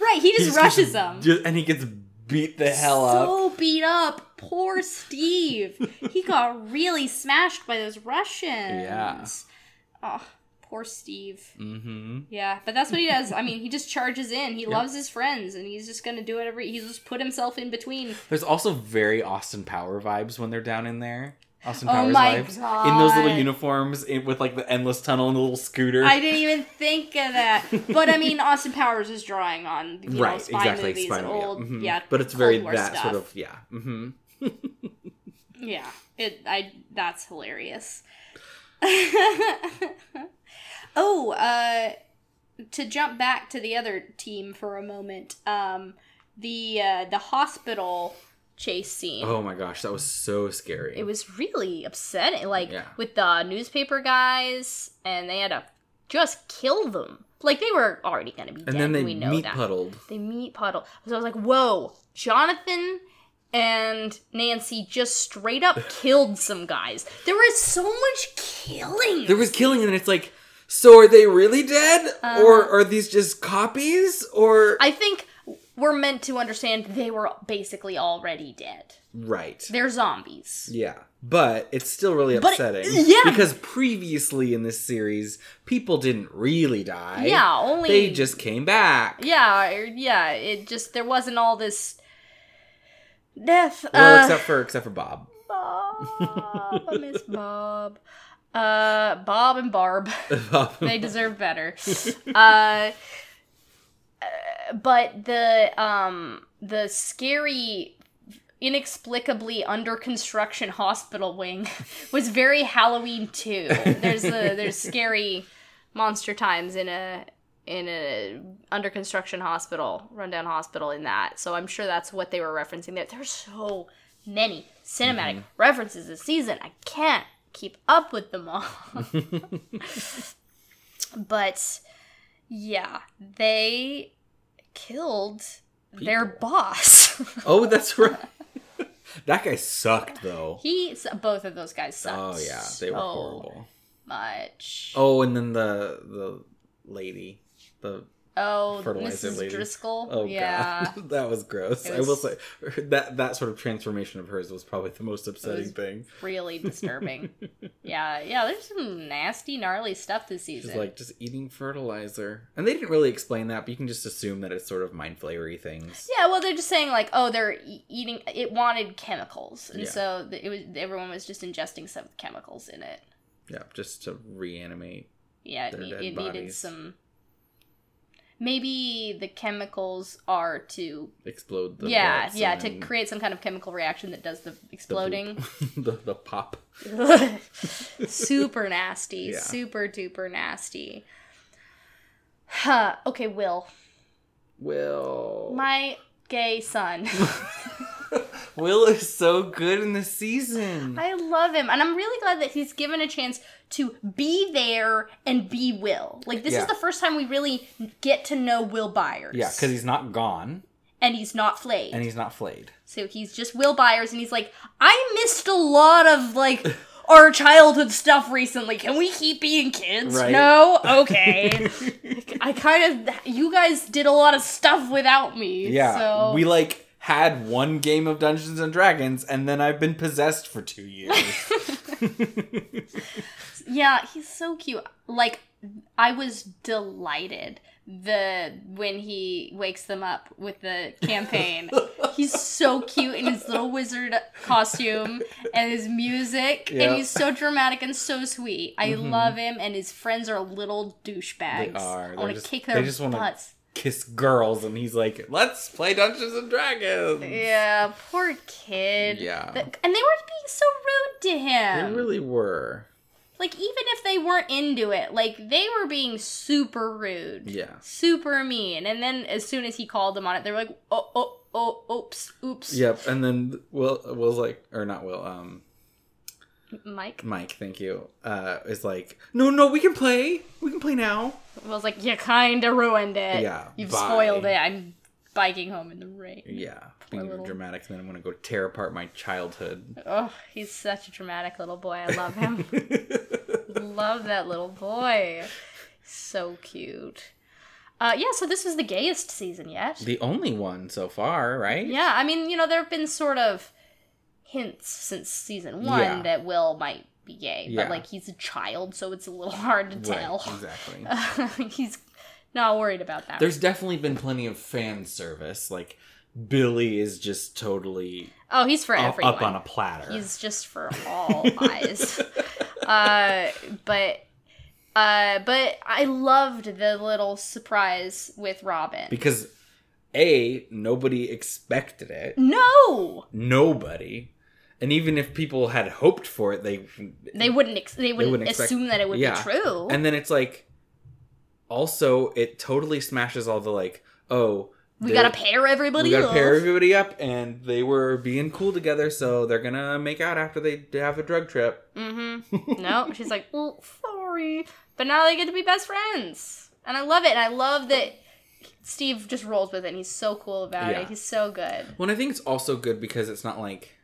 S1: right. He just
S2: He's
S1: rushes
S2: just-
S1: them.
S2: ju- and he gets beat the hell up.
S1: So beat up. Poor Steve. he got really smashed by those Russians.
S2: Yeah.
S1: Oh, poor Steve.
S2: Mm-hmm.
S1: Yeah, but that's what he does. I mean, he just charges in. He
S2: Yep.
S1: loves his friends, and he's just gonna do whatever. He's just put himself in between.
S2: There's also very Austin Power vibes when they're down in there. Austin
S1: Oh
S2: Powers
S1: my
S2: vibes. In those little
S1: God.
S2: uniforms in, with like the endless tunnel and the little scooter.
S1: I didn't even think of that. But I mean, Austin Powers is drawing on you know, spy movies,
S2: spy movie,
S1: old, yeah,
S2: mhm. but it's very
S1: Cold War
S2: that
S1: stuff.
S2: sort of yeah. Mm-hmm.
S1: Yeah, it. I. That's hilarious. oh, uh, to jump back to the other team for a moment, um, the uh, the hospital chase scene.
S2: Oh my gosh, that was so scary.
S1: It was really upsetting, like
S2: Yeah.
S1: with the newspaper guys, and they had to just kill them. Like they were already gonna be dead.
S2: and then they
S1: we know
S2: meat
S1: that.
S2: puddled.
S1: They meat puddle. So I was like, whoa, Jonathan and Nancy just straight up killed some guys. There was so much killing.
S2: There was killing, and it's like, so are they really dead, or are these just copies, or
S1: Uh-huh. I think we're meant to understand they were basically already dead.
S2: right?
S1: They're zombies.
S2: Yeah, but it's still really
S1: But-
S2: upsetting.
S1: yeah.
S2: because previously in this series, people didn't really die.
S1: yeah, only
S2: they just came back.
S1: Yeah, or- yeah, it just there wasn't all this death.
S2: Well,
S1: uh,
S2: except for except for Bob.
S1: Bob, I miss Bob. Uh, Bob and Barb.
S2: Bob.
S1: they deserve better. Uh, uh, but the um the scary inexplicably under construction hospital wing was very Halloween too. There's a, there's scary monster times in a in a under construction hospital, rundown hospital in that. So I'm sure that's what they were referencing there. There's so many
S2: Mm-hmm.
S1: cinematic references this season. I can't keep up with them all. but yeah, they killed their boss.
S2: Oh, that's right. that guy sucked though.
S1: he both of those guys sucked.
S2: Oh yeah, they
S1: so
S2: were horrible.
S1: Much. Oh,
S2: Oh, and then the the lady, the fertilizer
S1: Mrs.
S2: lady.
S1: Oh, Driscoll.
S2: oh
S1: yeah.
S2: god, that was gross.
S1: It
S2: I will
S1: was-
S2: say that that sort of transformation of hers was probably the most upsetting
S1: was-
S2: thing.
S1: really disturbing. yeah, yeah, there's some nasty, gnarly stuff this
S2: She's
S1: season.
S2: like just eating fertilizer, and they didn't really explain that, but you can just assume that it's sort of mind flayery things.
S1: yeah, well, they're just saying like, oh, they're e- eating. It wanted chemicals, and
S2: Yeah.
S1: so th- it was everyone was just ingesting some chemicals in it.
S2: Yeah, just to reanimate.
S1: Yeah, it,
S2: Their
S1: ne-
S2: dead
S1: it needed
S2: bodies.
S1: some. Maybe the chemicals are to
S2: Explode the
S1: yeah
S2: guts
S1: yeah
S2: and
S1: to
S2: then
S1: create some kind of chemical reaction that does the
S2: the poop.
S1: exploding.
S2: the, the pop
S1: super nasty.
S2: Yeah.
S1: Super duper nasty. Huh. Okay, Will.
S2: Will
S1: My gay son.
S2: Will is so good in this season.
S1: I love him. And I'm really glad that he's given a chance to be there and be Will. Like, this
S2: Yeah.
S1: is the first time we really get to know Will Byers.
S2: yeah, because he's not gone
S1: And he's not flayed.
S2: and he's not flayed.
S1: So he's just Will Byers, and he's like, I missed a lot of like our childhood stuff recently. Can we keep being kids?
S2: Right.
S1: No, okay. I kind of you guys did a lot of stuff without me.
S2: Yeah,
S1: so
S2: we like had one game of Dungeons and Dragons, and then I've been possessed for two years.
S1: yeah, he's so cute. Like I was delighted the when he wakes them up with the campaign. he's so cute in his little wizard costume and his music
S2: Yeah.
S1: and he's so dramatic and so sweet. I
S2: Mhm.
S1: love him and his friends are little douchebags.
S2: They are. They're
S1: I want to
S2: just-
S1: kick
S2: they
S1: their
S2: just wanna-
S1: butts.
S2: Kiss girls, and he's like, "Let's play Dungeons and Dragons."
S1: Yeah, poor kid.
S2: Yeah.
S1: The- and they were being so rude to him.
S2: they really were.
S1: like even if they weren't into it like they were being super rude
S2: Yeah.
S1: super mean and then as soon as he called them on it they were like oh oh oh oops oops
S2: Yep. And then Will Will's like, or not Will. Um,
S1: mike
S2: Mike, thank you. Uh, is like, no, no, we can play. We can play now.
S1: was like you kinda ruined it
S2: Yeah,
S1: you've
S2: bye."
S1: spoiled it i'm biking home in the rain
S2: Yeah, being
S1: little-
S2: dramatic, then I'm gonna go tear apart my childhood.
S1: oh he's such a dramatic little boy i love him love that little boy so cute uh yeah so this was the gayest season yet
S2: the only one so far, right?
S1: Yeah, I mean, you know, there have been sort of hints since season one
S2: Yeah.
S1: that Will might be gay,
S2: Yeah.
S1: but like he's a child, so it's a little hard to
S2: Right,
S1: tell.
S2: exactly.
S1: he's not worried about that.
S2: There's definitely been plenty of fan service. Like Billy is just totally
S1: oh, he's for
S2: u-
S1: everyone.
S2: up on a platter.
S1: He's just for all eyes. Uh, but. Uh, but I loved the little surprise with Robin.
S2: because a nobody expected it.
S1: no,
S2: Nobody, and even if people had hoped for it, they
S1: they wouldn't. Ex- they wouldn't,
S2: wouldn't expect-
S1: assume that it would
S2: Yeah.
S1: be true.
S2: And then it's like, also, it totally smashes all the like, oh,
S1: we
S2: they-
S1: gotta pair everybody.
S2: we gotta
S1: up.
S2: pair everybody up, and they were being cool together, so they're gonna make out after they have a drug trip.
S1: Mm-hmm. No, she's like, oh, sorry. But now they get to be best friends. And I love it. And I love that Steve just rolls with it and he's so cool about
S2: Yeah.
S1: it. He's so good.
S2: Well, and I think it's also good because it's not like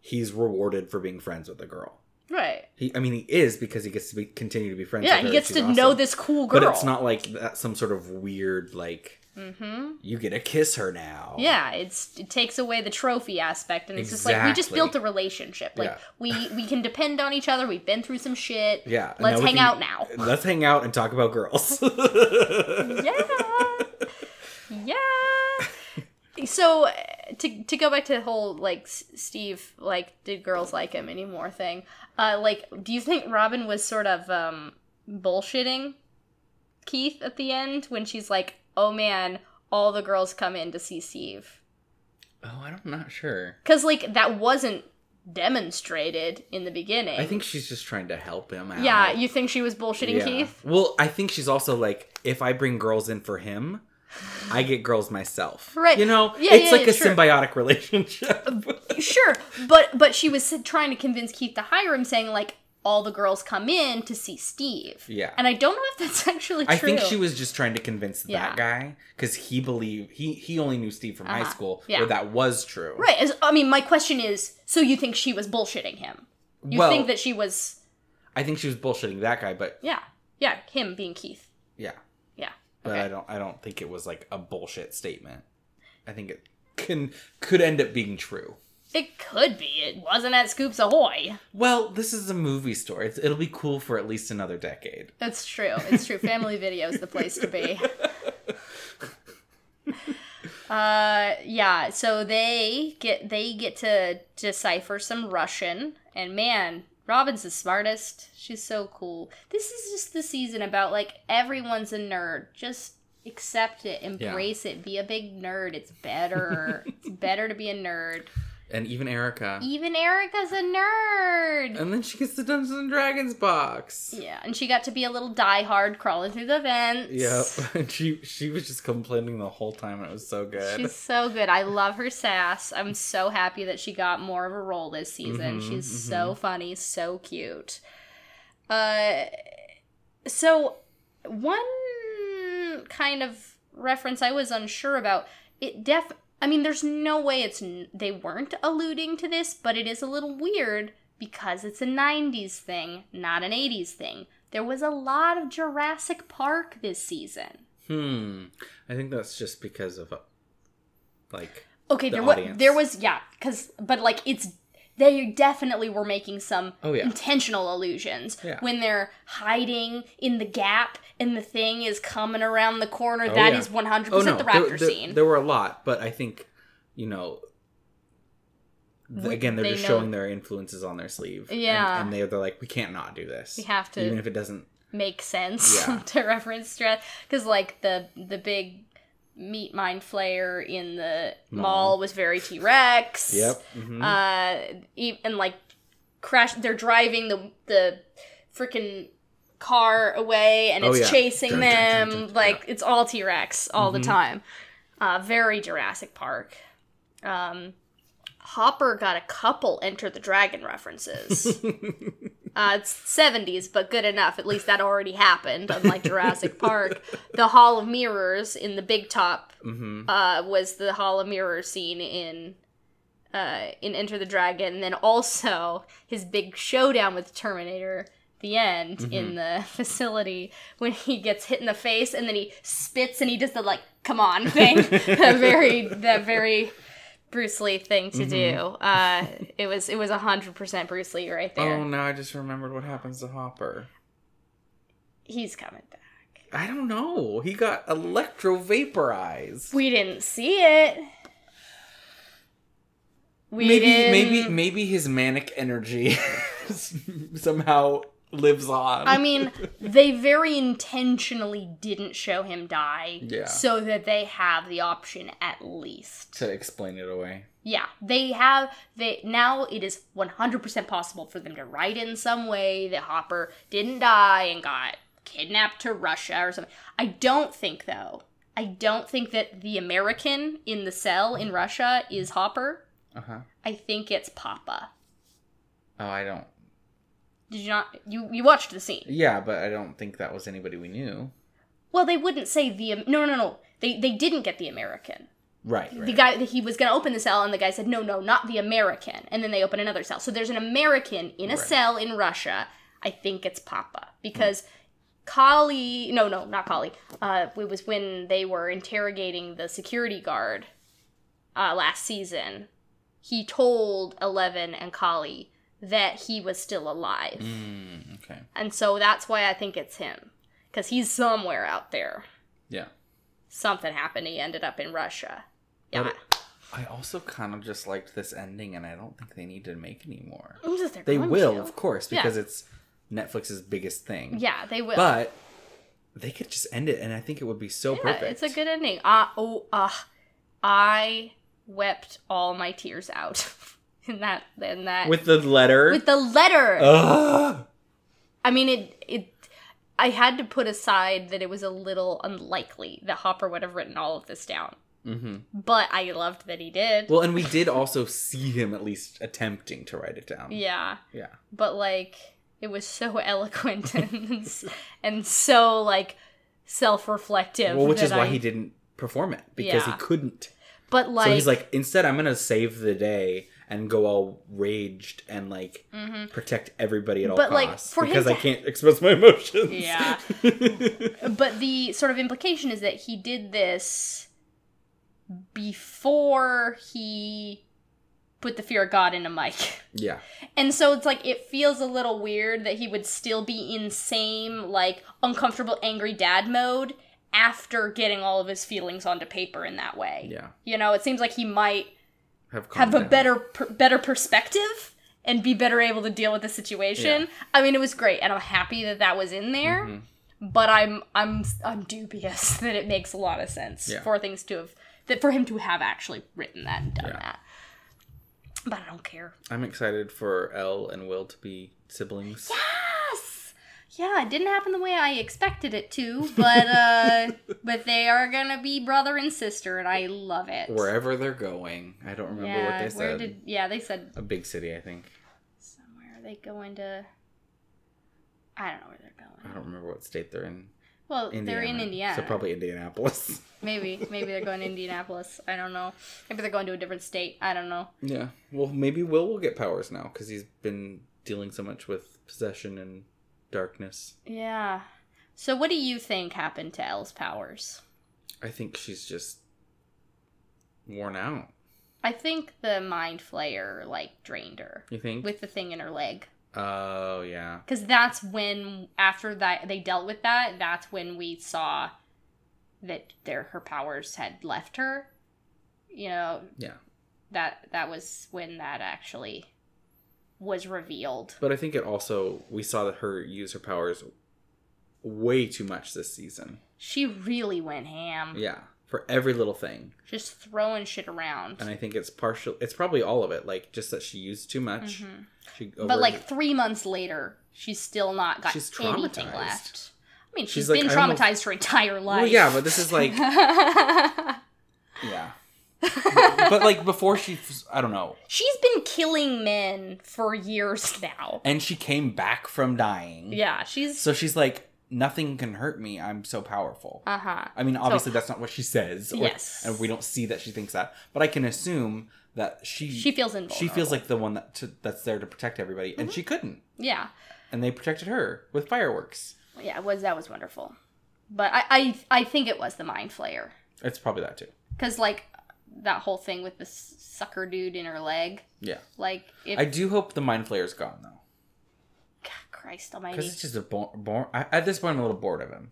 S2: he's rewarded for being friends with a girl.
S1: Right.
S2: He, I mean, he is because he gets to be, continue to be friends.
S1: yeah,
S2: with
S1: he
S2: her,
S1: gets
S2: she's
S1: to
S2: awesome.
S1: know this cool girl.
S2: but it's not like that's some sort of weird like
S1: Mm-hmm.
S2: you get to kiss her now.
S1: Yeah, it's it takes away the trophy aspect, and it's just like we just
S2: Exactly.
S1: built a relationship. Like
S2: Yeah.
S1: we we can depend on each other. We've been through some shit.
S2: yeah. and
S1: Let's
S2: now we
S1: hang
S2: can-
S1: out now.
S2: Let's hang out and talk about girls.
S1: yeah. Yeah. So uh, to to go back to the whole like S- Steve like did girls like him anymore thing. Uh like do you think Robin was sort of um bullshitting Keith at the end when she's like, "Oh man, all the girls come in to see Steve."
S2: Oh, I'm not sure.
S1: Because, like, that wasn't demonstrated in the beginning.
S2: I think she's just trying to help him out.
S1: Yeah, you think she was bullshitting
S2: Yeah.
S1: Keith?
S2: Well, I think she's also like, if I bring girls in for him, I get girls myself.
S1: Right.
S2: You know,
S1: Yeah,
S2: it's
S1: yeah,
S2: like
S1: yeah,
S2: a
S1: sure.
S2: symbiotic relationship.
S1: Sure, but but she was trying to convince Keith to hire him, saying like all the girls come in to see Steve.
S2: Yeah.
S1: and I don't know if that's actually true.
S2: I think she was just trying to convince
S1: Yeah.
S2: that guy because he believed he he only knew Steve from high
S1: Uh-huh.
S2: school,
S1: Yeah.
S2: where that was true.
S1: right. As, I mean, my question is, so you think she was bullshitting him? You
S2: well,
S1: think that she was?
S2: I think she was bullshitting that guy, but
S1: Yeah, yeah, him being Keith.
S2: yeah,
S1: Yeah.
S2: but
S1: Okay.
S2: I don't I don't think it was like a bullshit statement. I think it can could end up being true.
S1: It could be. It wasn't at Scoops Ahoy.
S2: Well, this is a movie store. It's, it'll be cool for at least another decade.
S1: That's true. It's true. Family Video is the place to be. Uh, yeah. So they get they get to decipher some Russian, and man, Robin's the smartest. She's so cool. This is just the season about like everyone's a nerd. Just accept it, embrace it, be a big nerd. It's better. it's better to be a nerd.
S2: And even Erica.
S1: Even Erica's a nerd.
S2: And then she gets the Dungeons and Dragons box.
S1: Yeah, and she got to be a little diehard crawling through the vents.
S2: Yep. And she she was just complaining the whole time and it was so good.
S1: She's so good. I love her sass. I'm so happy that she got more of a role this season.
S2: Mhm,
S1: She's so funny, so cute. Uh so one kind of reference I was unsure about, it def I mean there's no way it's n- they weren't alluding to this, but it is a little weird because it's a 90s thing, not an 80s thing. There was a lot of Jurassic Park this season.
S2: Hmm. I think that's just because of uh, like
S1: Okay,
S2: the
S1: there was
S2: audience.
S1: there was yeah, because but like it's they definitely were making some
S2: Oh, yeah.
S1: intentional allusions
S2: Yeah.
S1: when they're hiding in the gap and the thing is coming around the corner. That
S2: Oh,
S1: is
S2: yeah.
S1: 100% the
S2: there-
S1: raptor
S2: there,
S1: scene.
S2: There were a lot, but I think you know th-
S1: We-
S2: again they're
S1: they
S2: just
S1: know-
S2: showing their influences on their sleeve. And-
S1: Yeah.
S2: And, they they're like we can't not do this.
S1: We have to-
S2: even if it doesn't
S1: Makes sense
S2: Yeah.
S1: to reference stress cuz like the the big meat mind flayer in the
S2: Mall.
S1: mall, was very T-Rex.
S2: Yep. mhm.
S1: uh e- and like crash they're driving the the freaking car away and
S2: Oh,
S1: it's
S2: yeah.
S1: chasing
S2: Dun, dun,
S1: them
S2: dun, dun, dun.
S1: like it's all t-rex all
S2: Mhm.
S1: the time uh very jurassic park um hopper got a couple enter the dragon references uh it's 70s but good enough at least that already happened unlike jurassic park the hall of mirrors in the big top
S2: Mhm.
S1: uh, was the Hall of Mirror scene in uh, in Enter the Dragon, and then also his big showdown with Terminator, the end
S2: Mm-hmm.
S1: in the facility when he gets hit in the face and then he spits and he does the like "come on" thing, that very that very Bruce Lee thing to do.
S2: Mm-hmm.
S1: Uh, it was it was hundred percent Bruce Lee right there.
S2: Oh, now I just remembered what happens to Hopper.
S1: He's coming back.
S2: I don't know. He got electro vaporized.
S1: We didn't see it. We
S2: maybe
S1: didn't.
S2: maybe maybe his manic energy somehow lives on.
S1: I mean, they very intentionally didn't show him die,
S2: Yeah.
S1: so that they have the option at least.
S2: to explain it away.
S1: Yeah, they have. They now it is one hundred percent possible for them to write in some way that Hopper didn't die and got kidnapped to Russia or something. I don't think though. I don't think that the American in the cell in Russia is Hopper.
S2: Uh huh.
S1: I think it's Papa.
S2: Oh, I don't.
S1: Did you not? You you watched the scene.
S2: Yeah, but I don't think that was anybody we knew.
S1: Well, they wouldn't say the no, no, no. They they didn't get the American.
S2: Right.
S1: The guy he was going to open the cell, and the guy said, "No, no, not the American." And then they open another cell. So there's an American in a
S2: Right. Hmm.
S1: cell in Russia. I think it's Papa because Kali. No, no, not Kali. Uh, it was when they were interrogating the security guard uh, last season. He told Eleven and Kali that he was still alive,
S2: Mm, okay.
S1: and so that's why I think it's him because he's somewhere out there
S2: Yeah.
S1: something happened. He ended up in Russia. Yeah.
S2: But I also kind of just liked this ending, and I don't think they need to make any more.
S1: I'm just- they're
S2: They
S1: going
S2: will,
S1: to.
S2: of course,
S1: Yeah.
S2: because it's Netflix's biggest thing.
S1: Yeah, they will.
S2: But they could just end it, and I think it would be so
S1: yeah,
S2: perfect.
S1: it's a good ending. Uh, oh, uh, Ah, I wept all my tears out in that in that
S2: with Oh. the letter.
S1: with the letter.
S2: Ugh.
S1: I mean it it I had to put aside that it was a little unlikely that Hopper would have written all of this down.
S2: hmm
S1: But I loved that he did.
S2: Well, and we did also see him at least attempting to write it down.
S1: yeah.
S2: Yeah.
S1: But like it was so eloquent and s- and so like self-reflective.
S2: Well, which
S1: that
S2: is why
S1: I-
S2: he didn't perform it because he
S1: Yeah.
S2: couldn't.
S1: But like
S2: so he's like, instead, I'm gonna save the day and go all raged and like
S1: mhm.
S2: protect everybody at all
S1: But, like,
S2: costs
S1: for him
S2: because
S1: to-
S2: I can't express my emotions.
S1: Yeah. but the sort of implication is that he did this before he put the fear of God into Mike.
S2: yeah.
S1: And so it's like it feels a little weird that he would still be in same like uncomfortable angry dad mode after getting all of his feelings onto paper in that way.
S2: Yeah.
S1: You know, it seems like he might
S2: Have
S1: have a
S2: confidence.
S1: better per- better perspective and be better able to deal with the situation. I mean, it was great and I'm happy that that was in there
S2: Mhm.
S1: but I'm I'm I'm dubious that it makes a lot of sense
S2: Yeah.
S1: for things to have that for him to have actually written that and done
S2: Yeah.
S1: that. But I don't care.
S2: I'm excited for Elle and Will to be siblings.
S1: Yes. Yeah, it didn't happen the way I expected it to, but uh but they are gonna be brother and sister, and I love it.
S2: Wherever they're going, I don't remember
S1: yeah,
S2: what they
S1: where
S2: said.
S1: did yeah they said
S2: A big city, I think.
S1: somewhere are they going to? I don't know where they're
S2: I
S1: going.
S2: don't remember what state they're in.
S1: Well,
S2: Indiana.
S1: they're in Indiana.
S2: So probably Indianapolis.
S1: Maybe maybe they're going to Indianapolis. I don't know. Maybe they're going to a different state. I don't know.
S2: yeah. Well, maybe Will will get powers now because he's been dealing so much with possession and darkness.
S1: Yeah. So what do you think happened to Elle's powers?
S2: I think she's just worn out.
S1: I think the mind flayer like drained her
S2: You think?
S1: with the thing in her leg.
S2: oh yeah.
S1: Cuz that's when after that they dealt with that, that's when we saw that their her powers had left her. You know,
S2: Yeah.
S1: that that was when that actually was revealed.
S2: But I think it also we saw that her use her powers way too much this season.
S1: She really went ham.
S2: Yeah. For every little thing.
S1: Just throwing shit around.
S2: And I think it's partial it's probably all of it, like just that she used too much.
S1: Mhm.
S2: She
S1: But like three months later, she's still not got
S2: She's
S1: anything
S2: traumatized.
S1: left. I mean,
S2: She's
S1: she's been
S2: like, I
S1: traumatized
S2: almost-
S1: her entire life.
S2: Well yeah, but this is like Yeah. but like before she f- I don't know.
S1: she's been killing men for years now.
S2: And she came back from dying.
S1: Yeah, she's
S2: So she's like nothing can hurt me. I'm so powerful.
S1: uh huh.
S2: I mean, obviously that's not what she says.
S1: Yes.
S2: And we don't see that she thinks that. But I can assume that she
S1: She feels invulnerable.
S2: she feels like the one that to, that's there to protect everybody
S1: Mm-hmm.
S2: and she couldn't.
S1: yeah,
S2: And they protected her with fireworks.
S1: yeah. It was that was wonderful, but I I, I think it was the mind flayer
S2: It's probably that too.
S1: because like that whole thing with the s- sucker dude in her leg.
S2: Yeah.
S1: Like if
S2: I do hope the mind flayer's gone though.
S1: God, Christ
S2: Cuz
S1: Almighty.
S2: it's just a bo- bo- I, at this point I'm a little bored of him.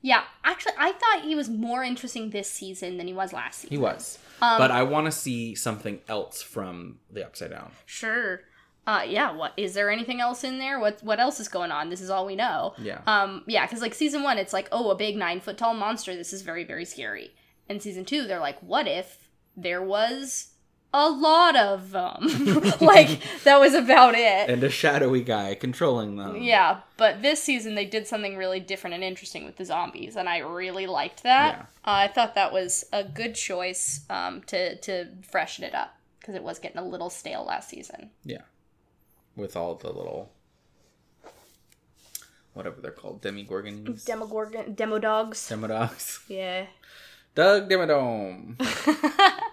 S1: Yeah, actually, I thought he was more interesting this season than he was last season.
S2: He was.
S1: Um,
S2: but I want to see something else from the upside down.
S1: Sure. Uh, yeah. What is there anything else in there? What What else is going on? This is all we know.
S2: Yeah.
S1: Um. Yeah. Because like season one, it's like oh, a big nine foot tall monster. This is very very scary. And season two, they're like, what if there was a lot of them? like that was about it.
S2: and a shadowy guy controlling them.
S1: yeah. But this season, they did something really different and interesting with the zombies, and I really liked that.
S2: Yeah.
S1: Uh, I thought that was a good choice um, to to freshen it up because it was getting a little stale last season.
S2: Yeah. With all the little whatever they're called, demigorgons.
S1: Demogorgon, Demodogs.
S2: Demodogs.
S1: Yeah.
S2: Doug Dimmadome,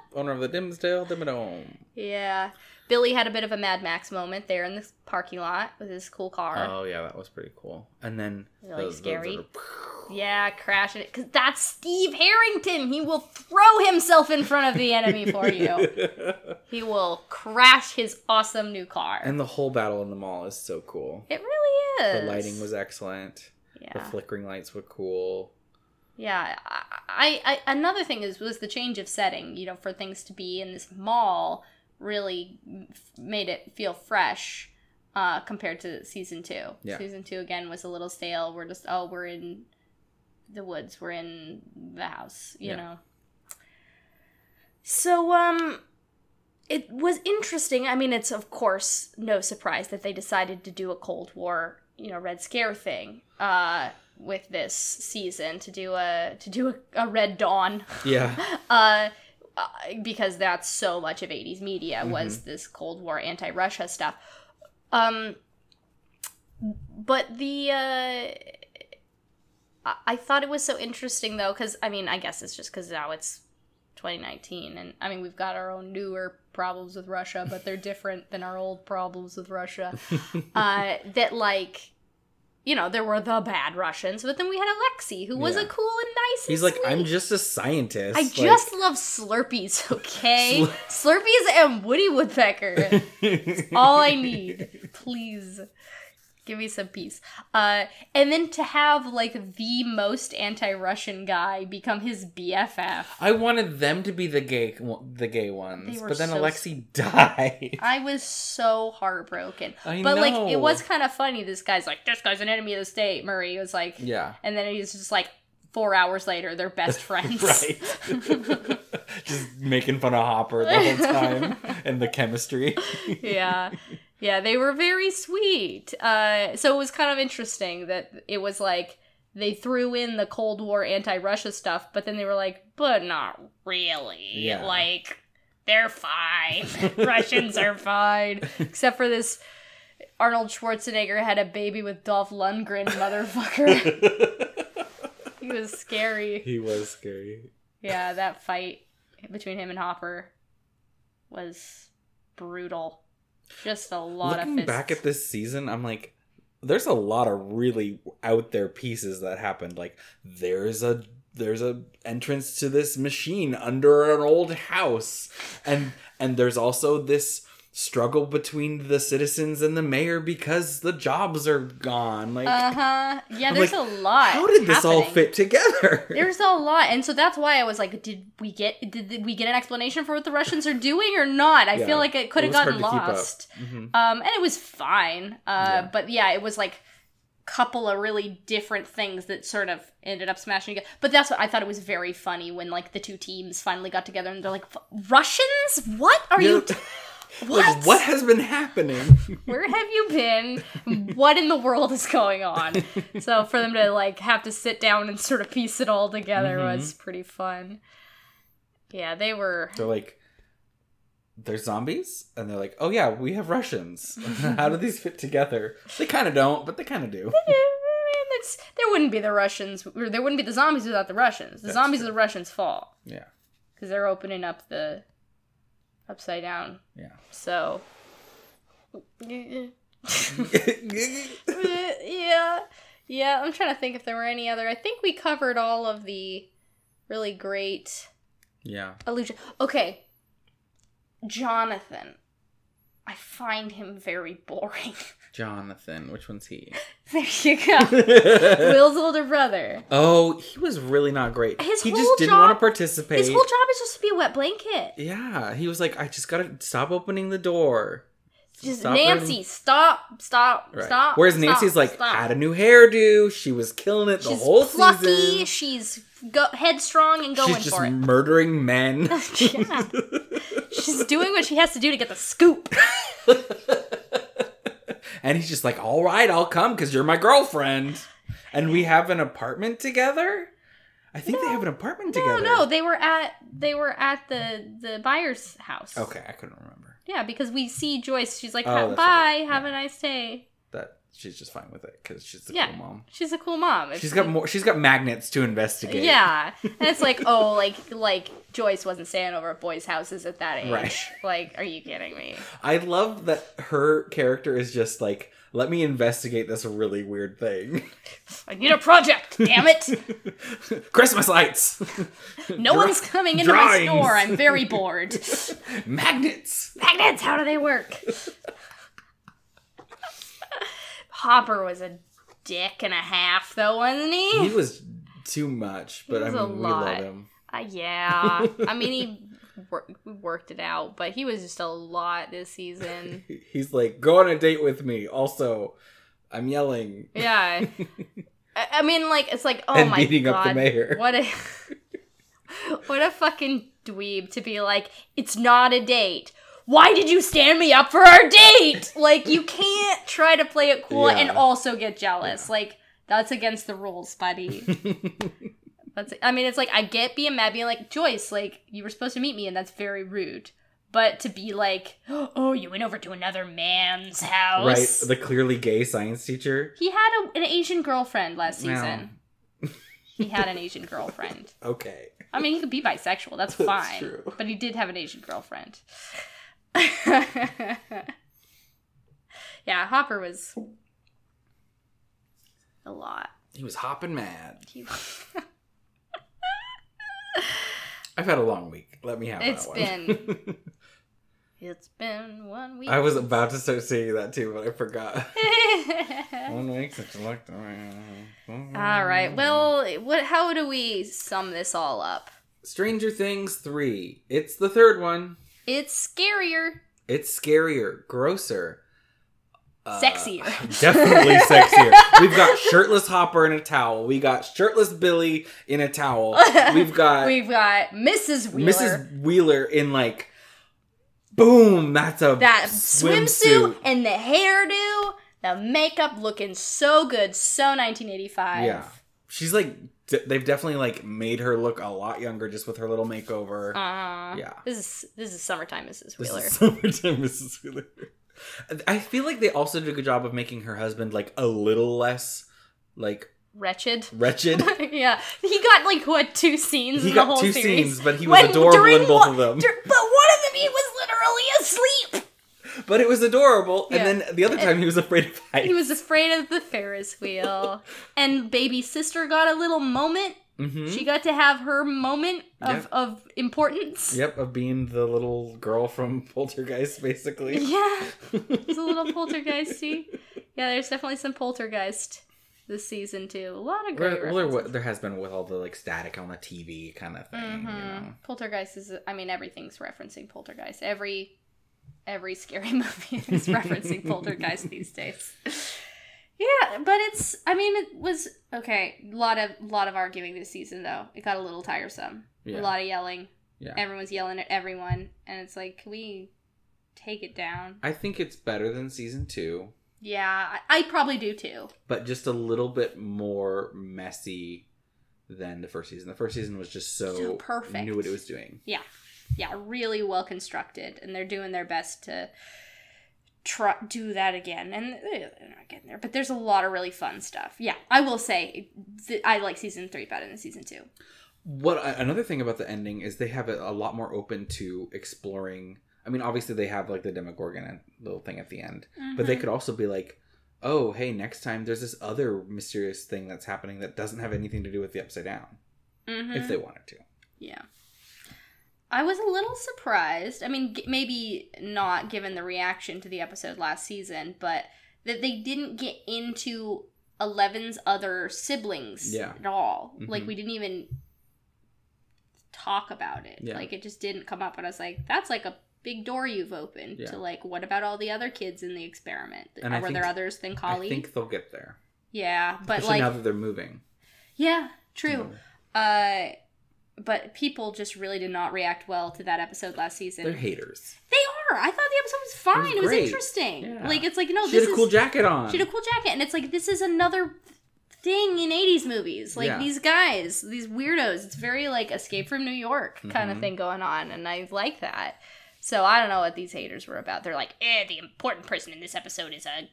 S2: owner of the Dimsdale Dimmadome.
S1: yeah. Billy had a bit of a Mad Max moment there in the parking lot with his cool car.
S2: Oh yeah, that was pretty cool. And then
S1: Really
S2: those- those
S1: scary.
S2: little-
S1: Yeah, crashing it. Because that's Steve Harrington. He will throw himself in front of the enemy for you. He will crash his awesome new car.
S2: and the whole battle in the mall is so cool.
S1: it really
S2: The
S1: is.
S2: lighting was excellent. The
S1: Yeah.
S2: flickering lights were cool.
S1: Yeah, I, I I- another thing is was the change of setting. You know, for things to be in this mall really f- made it feel fresh uh, compared to season two.
S2: Yeah.
S1: Season two again was a little stale. We're just oh we're in the woods. We're in the house. You
S2: Yeah.
S1: know. So um it was interesting. I mean, it's of course no surprise that they decided to do a Cold War, you know, Red Scare thing uh with this season to do a to do a, a Red Dawn
S2: Yeah.
S1: uh, uh, because that's so much of 80s media was
S2: Mm-hmm.
S1: this Cold War anti-Russia stuff. Um, but the uh, I-, I thought it was so interesting though, because I mean, I guess it's just because now it's 2019, and I mean we've got our own newer problems with Russia, but they're different than our old problems with Russia. uh, that like. You know, there were the bad Russians, but then we had Alexei, who was a
S2: Yeah.
S1: cool and nice. and
S2: He's like,
S1: sweet
S2: I'm just a scientist.
S1: I
S2: like-
S1: just love Slurpees, okay? Slurpees and Woody Woodpecker. All I need. Please. Give me some peace. Uh, and then to have like the most anti-Russian guy become his BFF.
S2: I wanted them to be the gay, the gay ones,
S1: They were
S2: but then
S1: so-
S2: Alexi died.
S1: I was so heartbroken.
S2: I
S1: but like it
S2: know.
S1: was kind of funny. This guy's like, this guy's an enemy of the state. Murray was like,
S2: Yeah.
S1: and then he's just like, four hours later, they're best friends.
S2: Right. Just making fun of Hopper the whole time and the chemistry.
S1: yeah yeah they were very sweet uh, so it was kind of interesting that it was like they threw in the cold war anti-russia stuff but then they were like but not really
S2: Yeah.
S1: like they're fine russians are fine except for this arnold schwarzenegger had a baby with dolph lundgren motherfucker he was scary
S2: he was scary.
S1: yeah that fight between him and hopper was brutal just a lot of
S2: Looking
S1: fists.
S2: back at this season, I'm like, there's a lot of really out there pieces that happened. Like, there's a there's a entrance to this machine under an old house, and and there's also this struggle between the citizens and the mayor because the jobs are gone. Like,
S1: Uh huh. Yeah,
S2: I'm
S1: there's
S2: like,
S1: a lot.
S2: how did this all
S1: happening.
S2: fit together?
S1: There's a lot, and so that's why I was like, did we get did we get an explanation for what the Russians are doing or not? I
S2: Yeah,
S1: feel like it could have
S2: it was
S1: gotten
S2: hard to keep up.
S1: lost.
S2: Mhm.
S1: Um, and it was fine. Uh,
S2: Yeah.
S1: but yeah, it was like couple of really different things that sort of ended up smashing together. But that's what I thought it was very funny when like the two teams finally got together and they're like, Russians? What are you? T-
S2: Yeah. Like, what has been happening?
S1: where have you been? What in the world is going on? So for them to like have to sit down and sort of piece it all together
S2: Mhm.
S1: was pretty fun. Yeah, they were.
S2: They're like, they're zombies, and they're like, oh yeah, we have Russians. How do these fit together? They kind of don't, but they kind of do.
S1: I mean, it's- there wouldn't be the Russians, or there wouldn't be the zombies without the Russians. The
S2: That's
S1: zombies
S2: true.
S1: are the Russians' fault
S2: Yeah,
S1: because they're opening up the upside down.
S2: yeah.
S1: So. yeah. Yeah, I'm trying to think if there were any other. I think we covered all of the really great
S2: yeah.
S1: illusion. Okay. Jonathan. I find him very boring.
S2: Jonathan, which one's he?
S1: there you go. Will's older brother.
S2: oh, he was really not great.
S1: His
S2: he
S1: whole
S2: just didn't want
S1: job-
S2: to participate.
S1: His whole job is just to be a wet blanket.
S2: yeah, he was like, I just gotta stop opening the door.
S1: Just
S2: Stop
S1: Nancy,
S2: reading-
S1: stop, stop,
S2: Right.
S1: stop.
S2: Whereas
S1: stop,
S2: Nancy's like
S1: stop.
S2: had a new hairdo. She was killing it the
S1: She's
S2: whole
S1: plucky,
S2: season.
S1: she's go- headstrong and going
S2: She's just
S1: for it.
S2: murdering men.
S1: Yeah. She's doing what she has to do to get the scoop.
S2: and he's just like, "All right, I'll come because you're my girlfriend, and we have an apartment together." I think they have an apartment
S1: No,
S2: together.
S1: no, they were at they were at the the buyer's house.
S2: Okay, I couldn't remember
S1: Yeah, because we see Joyce. She's like,
S2: Oh,
S1: "Ha-
S2: that's
S1: "Bye,
S2: right.
S1: have
S2: Yeah.
S1: a nice day."
S2: that she's just fine with it because she's a
S1: Yeah.
S2: cool mom.
S1: She's a cool mom. It's
S2: She's got
S1: like-
S2: more. She's got magnets to investigate.
S1: Yeah, and it's like, oh, like like Joyce wasn't staying over at boys' houses at that age.
S2: Right.
S1: Like, are you kidding me?
S2: I love that her character is just like, "Let me investigate this really weird thing."
S1: I need a project. Damn it!
S2: Christmas lights,
S1: No
S2: Dra-
S1: one's coming into my
S2: drawings.
S1: store. I'm very bored.
S2: magnets.
S1: Magnets, how do they work? Hopper was a dick and a half, though, wasn't he?
S2: He was too much, but I
S1: Eh. was a
S2: mean, we
S1: lot.
S2: love him.
S1: Uh, yeah. I mean, he wor- worked it out, but he was just a lot this season.
S2: He's like, go on a date with me. Also, I'm yelling
S1: Yeah. I, I mean, like, it's like, oh
S2: and
S1: my
S2: beating
S1: god.
S2: up the mayor.
S1: What a. What a fucking dweeb to be like, it's not a date. Why did you stand me up for our date? Like, you can't try to play it cool and
S2: Yeah.
S1: also get jealous. Like, that's against the rules, buddy. That's. I mean, it's like I get being mad, being like Joyce, like you were supposed to meet me, and that's very rude. But to be like, oh, you went over to another man's
S2: right,
S1: house.
S2: the clearly gay science teacher.
S1: he had a, an Asian girlfriend last
S2: No.
S1: season. He had an Asian girlfriend.
S2: Okay.
S1: I mean, he could be bisexual. That's,
S2: That's
S1: fine.
S2: true.
S1: But he did have an Asian girlfriend. yeah, Hopper was a lot.
S2: He was hopping mad.
S1: He
S2: I've had a long week. Let me have
S1: It's
S2: that one.
S1: been- It's been one week.
S2: I was about to start singing that too, but I forgot.
S1: All
S2: one week since you looked
S1: right. Well, what? How do we sum this all up?
S2: Stranger Things 3. It's the third one.
S1: It's scarier.
S2: It's scarier, grosser, uh,
S1: Sexier.
S2: Definitely sexier. We've got shirtless Hopper in a towel. We got shirtless Billy in a towel. We've got
S1: We've got Mrs. Wheeler.
S2: Mrs. Wheeler in like, boom, that's a
S1: that swimsuit,
S2: swimsuit.
S1: and the hairdo, the makeup looking so good, so 1985.
S2: Yeah. She's like, d- they've definitely like made her look a lot younger just with her little makeover.
S1: Uh,
S2: Yeah.
S1: This is this is summertime, Mrs.
S2: This
S1: Wheeler.
S2: is summertime Mrs. Wheeler. I feel like they also did a good job of making her husband like a little less like
S1: Wretched.
S2: wretched.
S1: yeah, he got like what two scenes
S2: he
S1: in the
S2: got
S1: whole
S2: two
S1: series.
S2: scenes, but he was
S1: When-
S2: adorable
S1: during
S2: in both
S1: one-
S2: of them.
S1: dur- but one of them he was literally asleep.
S2: but it was adorable.
S1: Yeah.
S2: And then the other time he was afraid of heights.
S1: He was afraid of the Ferris wheel. and baby sister got a little moment.
S2: Mhm.
S1: She got to have her moment of,
S2: Yep.
S1: of importance.
S2: Yep, of being the little girl from Poltergeist, basically.
S1: Yeah. It's a little poltergeisty. Yeah, there's definitely some poltergeist this season too. A lot of great
S2: Well, there, wa-
S1: references.
S2: there has been with all the like static on the TV kind of thing, you
S1: Mhm.
S2: know.
S1: Poltergeist is I mean everything's referencing poltergeist. Every every scary movie is referencing poltergeist these days. Yeah, but it's I mean it was okay, a lot of lot of arguing this season though. It got a little tiresome.
S2: Yeah.
S1: A lot of yelling.
S2: Yeah.
S1: Everyone's yelling at everyone and it's like, can we take it down?
S2: I think it's better than season two.
S1: Yeah, I, I probably do too.
S2: but just a little bit more messy than the first season. The first season was just so,
S1: So perfect.
S2: knew what it was doing.
S1: yeah, really well constructed, and they're doing their best to try do that again. And eh, they're not getting there, but there's a lot of really fun stuff. Yeah, I will say th- I like season three better than season two.
S2: What a- another thing about the ending is they have it a lot more open to exploring. I mean, obviously they have like the Demogorgon and little thing at the end, but
S1: Mm-hmm.
S2: they could also be like, "Oh, hey, next time there's this other mysterious thing that's happening that doesn't have anything to do with the Upside Down,"
S1: Mhm.
S2: if they wanted to.
S1: Yeah. I was a little surprised. I mean, g- maybe not given the reaction to the episode last season, but that they didn't get into Eleven's other siblings
S2: Yeah.
S1: at all. Like,
S2: Mhm.
S1: we didn't even talk about it.
S2: Yeah.
S1: Like, it just didn't come up. And I was like, that's like a big door you've opened
S2: Yeah.
S1: to, like, what about all the other kids in the experiment?
S2: And I
S1: Were there
S2: think-
S1: others than
S2: I
S1: Collie?
S2: think they'll get there,
S1: yeah, but
S2: especially
S1: like,
S2: now that they're moving.
S1: yeah,
S2: you
S1: true.
S2: know.
S1: Uh, but people just really did not react well to that episode last season.
S2: they're haters.
S1: They are. I thought the episode was fine. It was,
S2: great.
S1: interesting.
S2: Yeah.
S1: Like it's like no,
S2: she
S1: this
S2: had a
S1: is
S2: cool jacket on.
S1: she had a cool jacket, and it's like this is another thing in '80s movies. Like
S2: Yeah.
S1: these guys, these weirdos. It's very like Escape from New York kind of
S2: Mhm.
S1: thing going on, and I like that. So I don't know what these haters were about. They're like, eh, the important person in this episode is a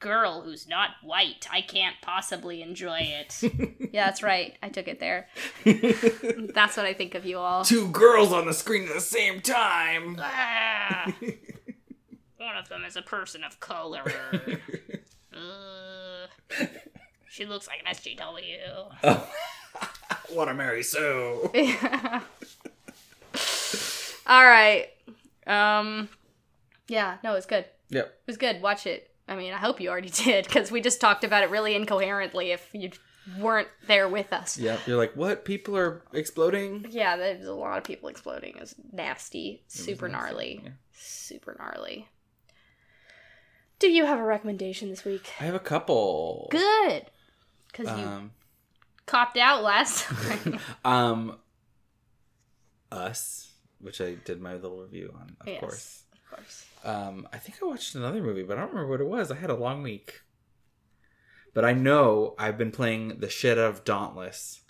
S1: girl who's not white. I can't possibly enjoy it. yeah, that's right. I took it there. That's what I think of you all.
S2: two girls on the screen at the same time.
S1: Ah, one of them is a person of color. Ugh. she looks like an SJW.
S2: what a Mary Sue.
S1: All right. Um. Yeah. No, it's good.
S2: Yep.
S1: It was good. Watch it. I mean, I hope you already did because we just talked about it really incoherently. If you weren't there with us.
S2: Yep. You're like, what? People are exploding?
S1: Yeah, there's a lot of people exploding. It's nasty,
S2: was
S1: super
S2: nasty,
S1: gnarly,
S2: yeah.
S1: super gnarly. Do you have a recommendation this week?
S2: I have a couple.
S1: Good, because you
S2: Um,
S1: copped out last time.
S2: um, us. which I did my little review on, of
S1: Yes,
S2: course.
S1: Of course.
S2: Um, I think I watched another movie, but I don't remember what it was. I had a long week. But I know I've been playing the shit out of Dauntless.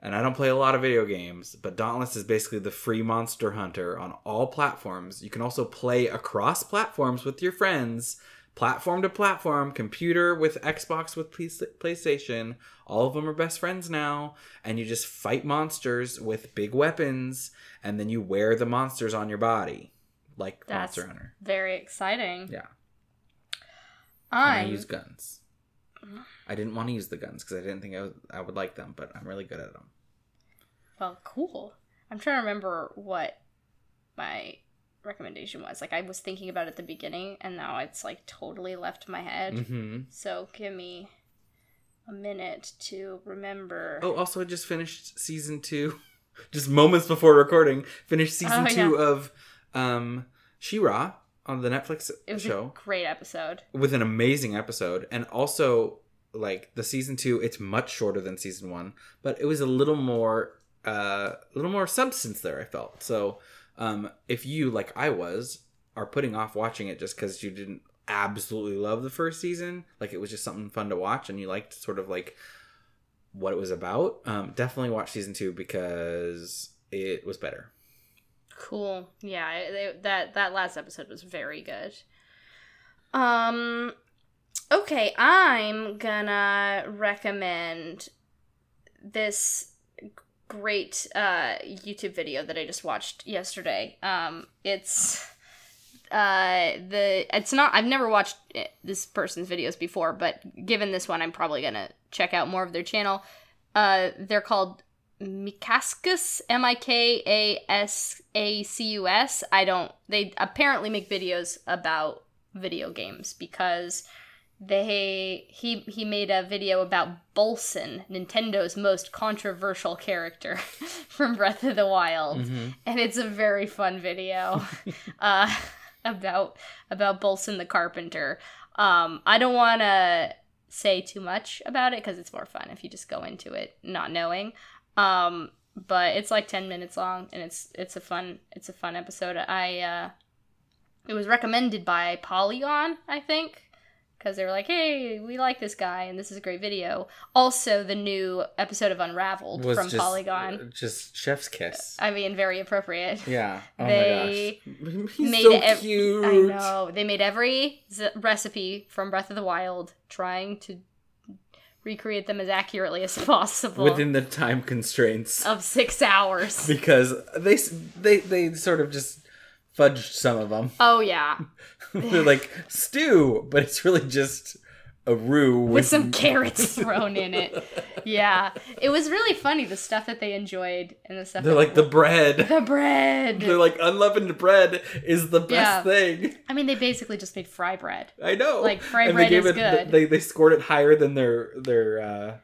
S2: And I don't play a lot of video games, but Dauntless is basically the free monster hunter on all platforms. You can also play across platforms with your friends, platform to platform, computer with Xbox with Play- PlayStation. All of them are best friends now, and you just fight monsters with big weapons, and then you wear the monsters on your body, like
S1: That's-
S2: Monster Hunter.
S1: Very exciting.
S2: Yeah. And I
S1: I'm
S2: use guns. I didn't want to use the guns because I didn't think I, was, I would like them, but I'm really good at them.
S1: well, cool. I'm trying to remember what my recommendation was. Like I was thinking about it at the beginning, and now it's like totally left my head.
S2: Mm-hmm.
S1: So give me a minute to remember.
S2: Oh, also, I just finished season two, just moments before recording. Finished season
S1: Oh,
S2: two of um, She-Ra on the Netflix
S1: it was
S2: show
S1: a great episode.
S2: with an amazing episode, and also like the season two, it's much shorter than season one, but it was a little more, uh, a little more substance there. I felt so. Um, if you like I was are putting off watching it just because you didn't absolutely love the first season, like it was just something fun to watch and you liked sort of like what it was about, um, definitely watch season two because it was better.
S1: Cool. Yeah, I- they, that that last episode was very good. Um okay, I'm gonna recommend this g- great uh YouTube video that I just watched yesterday. Um it's uh the it's not I've never watched eh, this person's videos before, but given this one I'm probably going to check out more of their channel. Uh they're called Mikaskus, M I K A S A C U S. I don't. They apparently make videos about video games because they he he made a video about Bolson, Nintendo's most controversial character from Breath of the Wild
S2: Mm-hmm.
S1: and it's a very fun video uh, about about Bolson the carpenter. Um, I don't want to say too much about it because it's more fun if you just go into it not knowing. Um, but it's like ten minutes long, and it's it's a fun it's a fun episode. I uh, it was recommended by Polygon, I think. Because they were like, "Hey, we like this guy, and this is a great video." Also, the new episode of Unraveled from Polygon.
S2: just Chef's Kiss.
S1: I mean, very appropriate.
S2: yeah. Oh
S1: they
S2: my gosh. He's
S1: made
S2: so
S1: ev-
S2: cute.
S1: I know. They made every z- recipe from Breath of the Wild, trying to recreate them as accurately as possible
S2: Within the time constraints.
S1: of six hours.
S2: because they they they sort of just fudged some of them.
S1: oh yeah,
S2: They're like stew, but it's really just a roux with,
S1: with some carrots thrown in it. Yeah, it was really funny the stuff that they enjoyed and the stuff.
S2: They're
S1: that-
S2: like the bread.
S1: the bread.
S2: They're like unleavened bread is the best
S1: Yeah.
S2: thing.
S1: I mean, they basically just made fry bread.
S2: I know.
S1: Like, fry
S2: And
S1: bread
S2: gave
S1: is
S2: it,
S1: good.
S2: They they scored it higher than their their. uh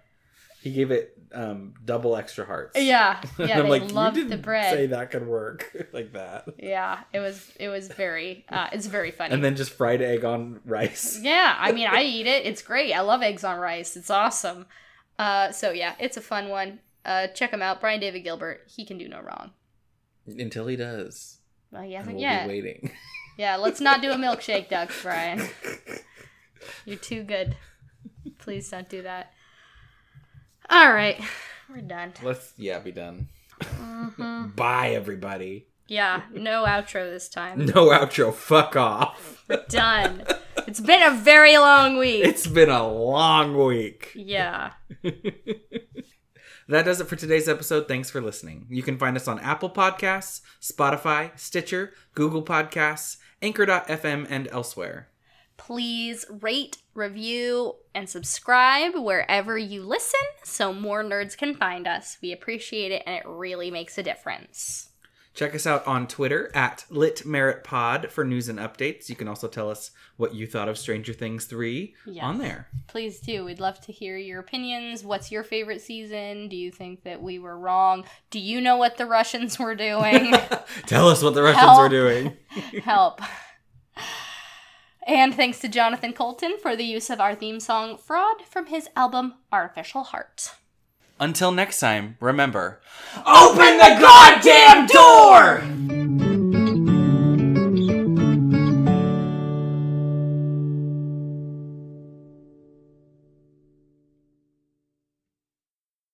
S2: He gave it um double extra hearts.
S1: Yeah,
S2: And
S1: yeah.
S2: I'm
S1: they
S2: like, you
S1: loved the
S2: didn't
S1: bread.
S2: Say that could work like that,
S1: Yeah, it was it was very uh, it's very funny.
S2: and then just fried egg on rice.
S1: Yeah, I mean, I eat it. It's great. I love eggs on rice. It's awesome. Uh, so yeah, it's a fun one. Uh, check him out, Brian David Gilbert. He can do no wrong.
S2: Until he does,
S1: Well, he
S2: and
S1: hasn't
S2: we'll
S1: yet.
S2: be waiting.
S1: Yeah, let's not do a milkshake ducks, Brian. You're too good. Please don't do that. All right, we're done.
S2: Let's yeah, be done.
S1: Mhm.
S2: Bye everybody.
S1: Yeah, no outro this time.
S2: No outro. Fuck off.
S1: We're done. It's been a very long week.
S2: It's been a long week.
S1: yeah.
S2: That does it for today's episode. Thanks for listening. You can find us on Apple Podcasts, Spotify, Stitcher, Google Podcasts, Anchor.fm, and elsewhere.
S1: Please rate, review, and subscribe wherever you listen so more nerds can find us. We appreciate it and it really makes a difference.
S2: Check us out on Twitter at LitMeritPod for news and updates. You can also tell us what you thought of Stranger Things 3
S1: Yes.
S2: on there.
S1: Please do. We'd love to hear your opinions. What's your favorite season? Do you think that we were wrong? Do you know what the Russians were doing?
S2: Tell us what the Russians
S1: Help.
S2: were doing.
S1: Help. And thanks to Jonathan Colton for the use of our theme song Fraud from his album Artificial Heart.
S3: Until next time, remember.
S2: Open the goddamn door!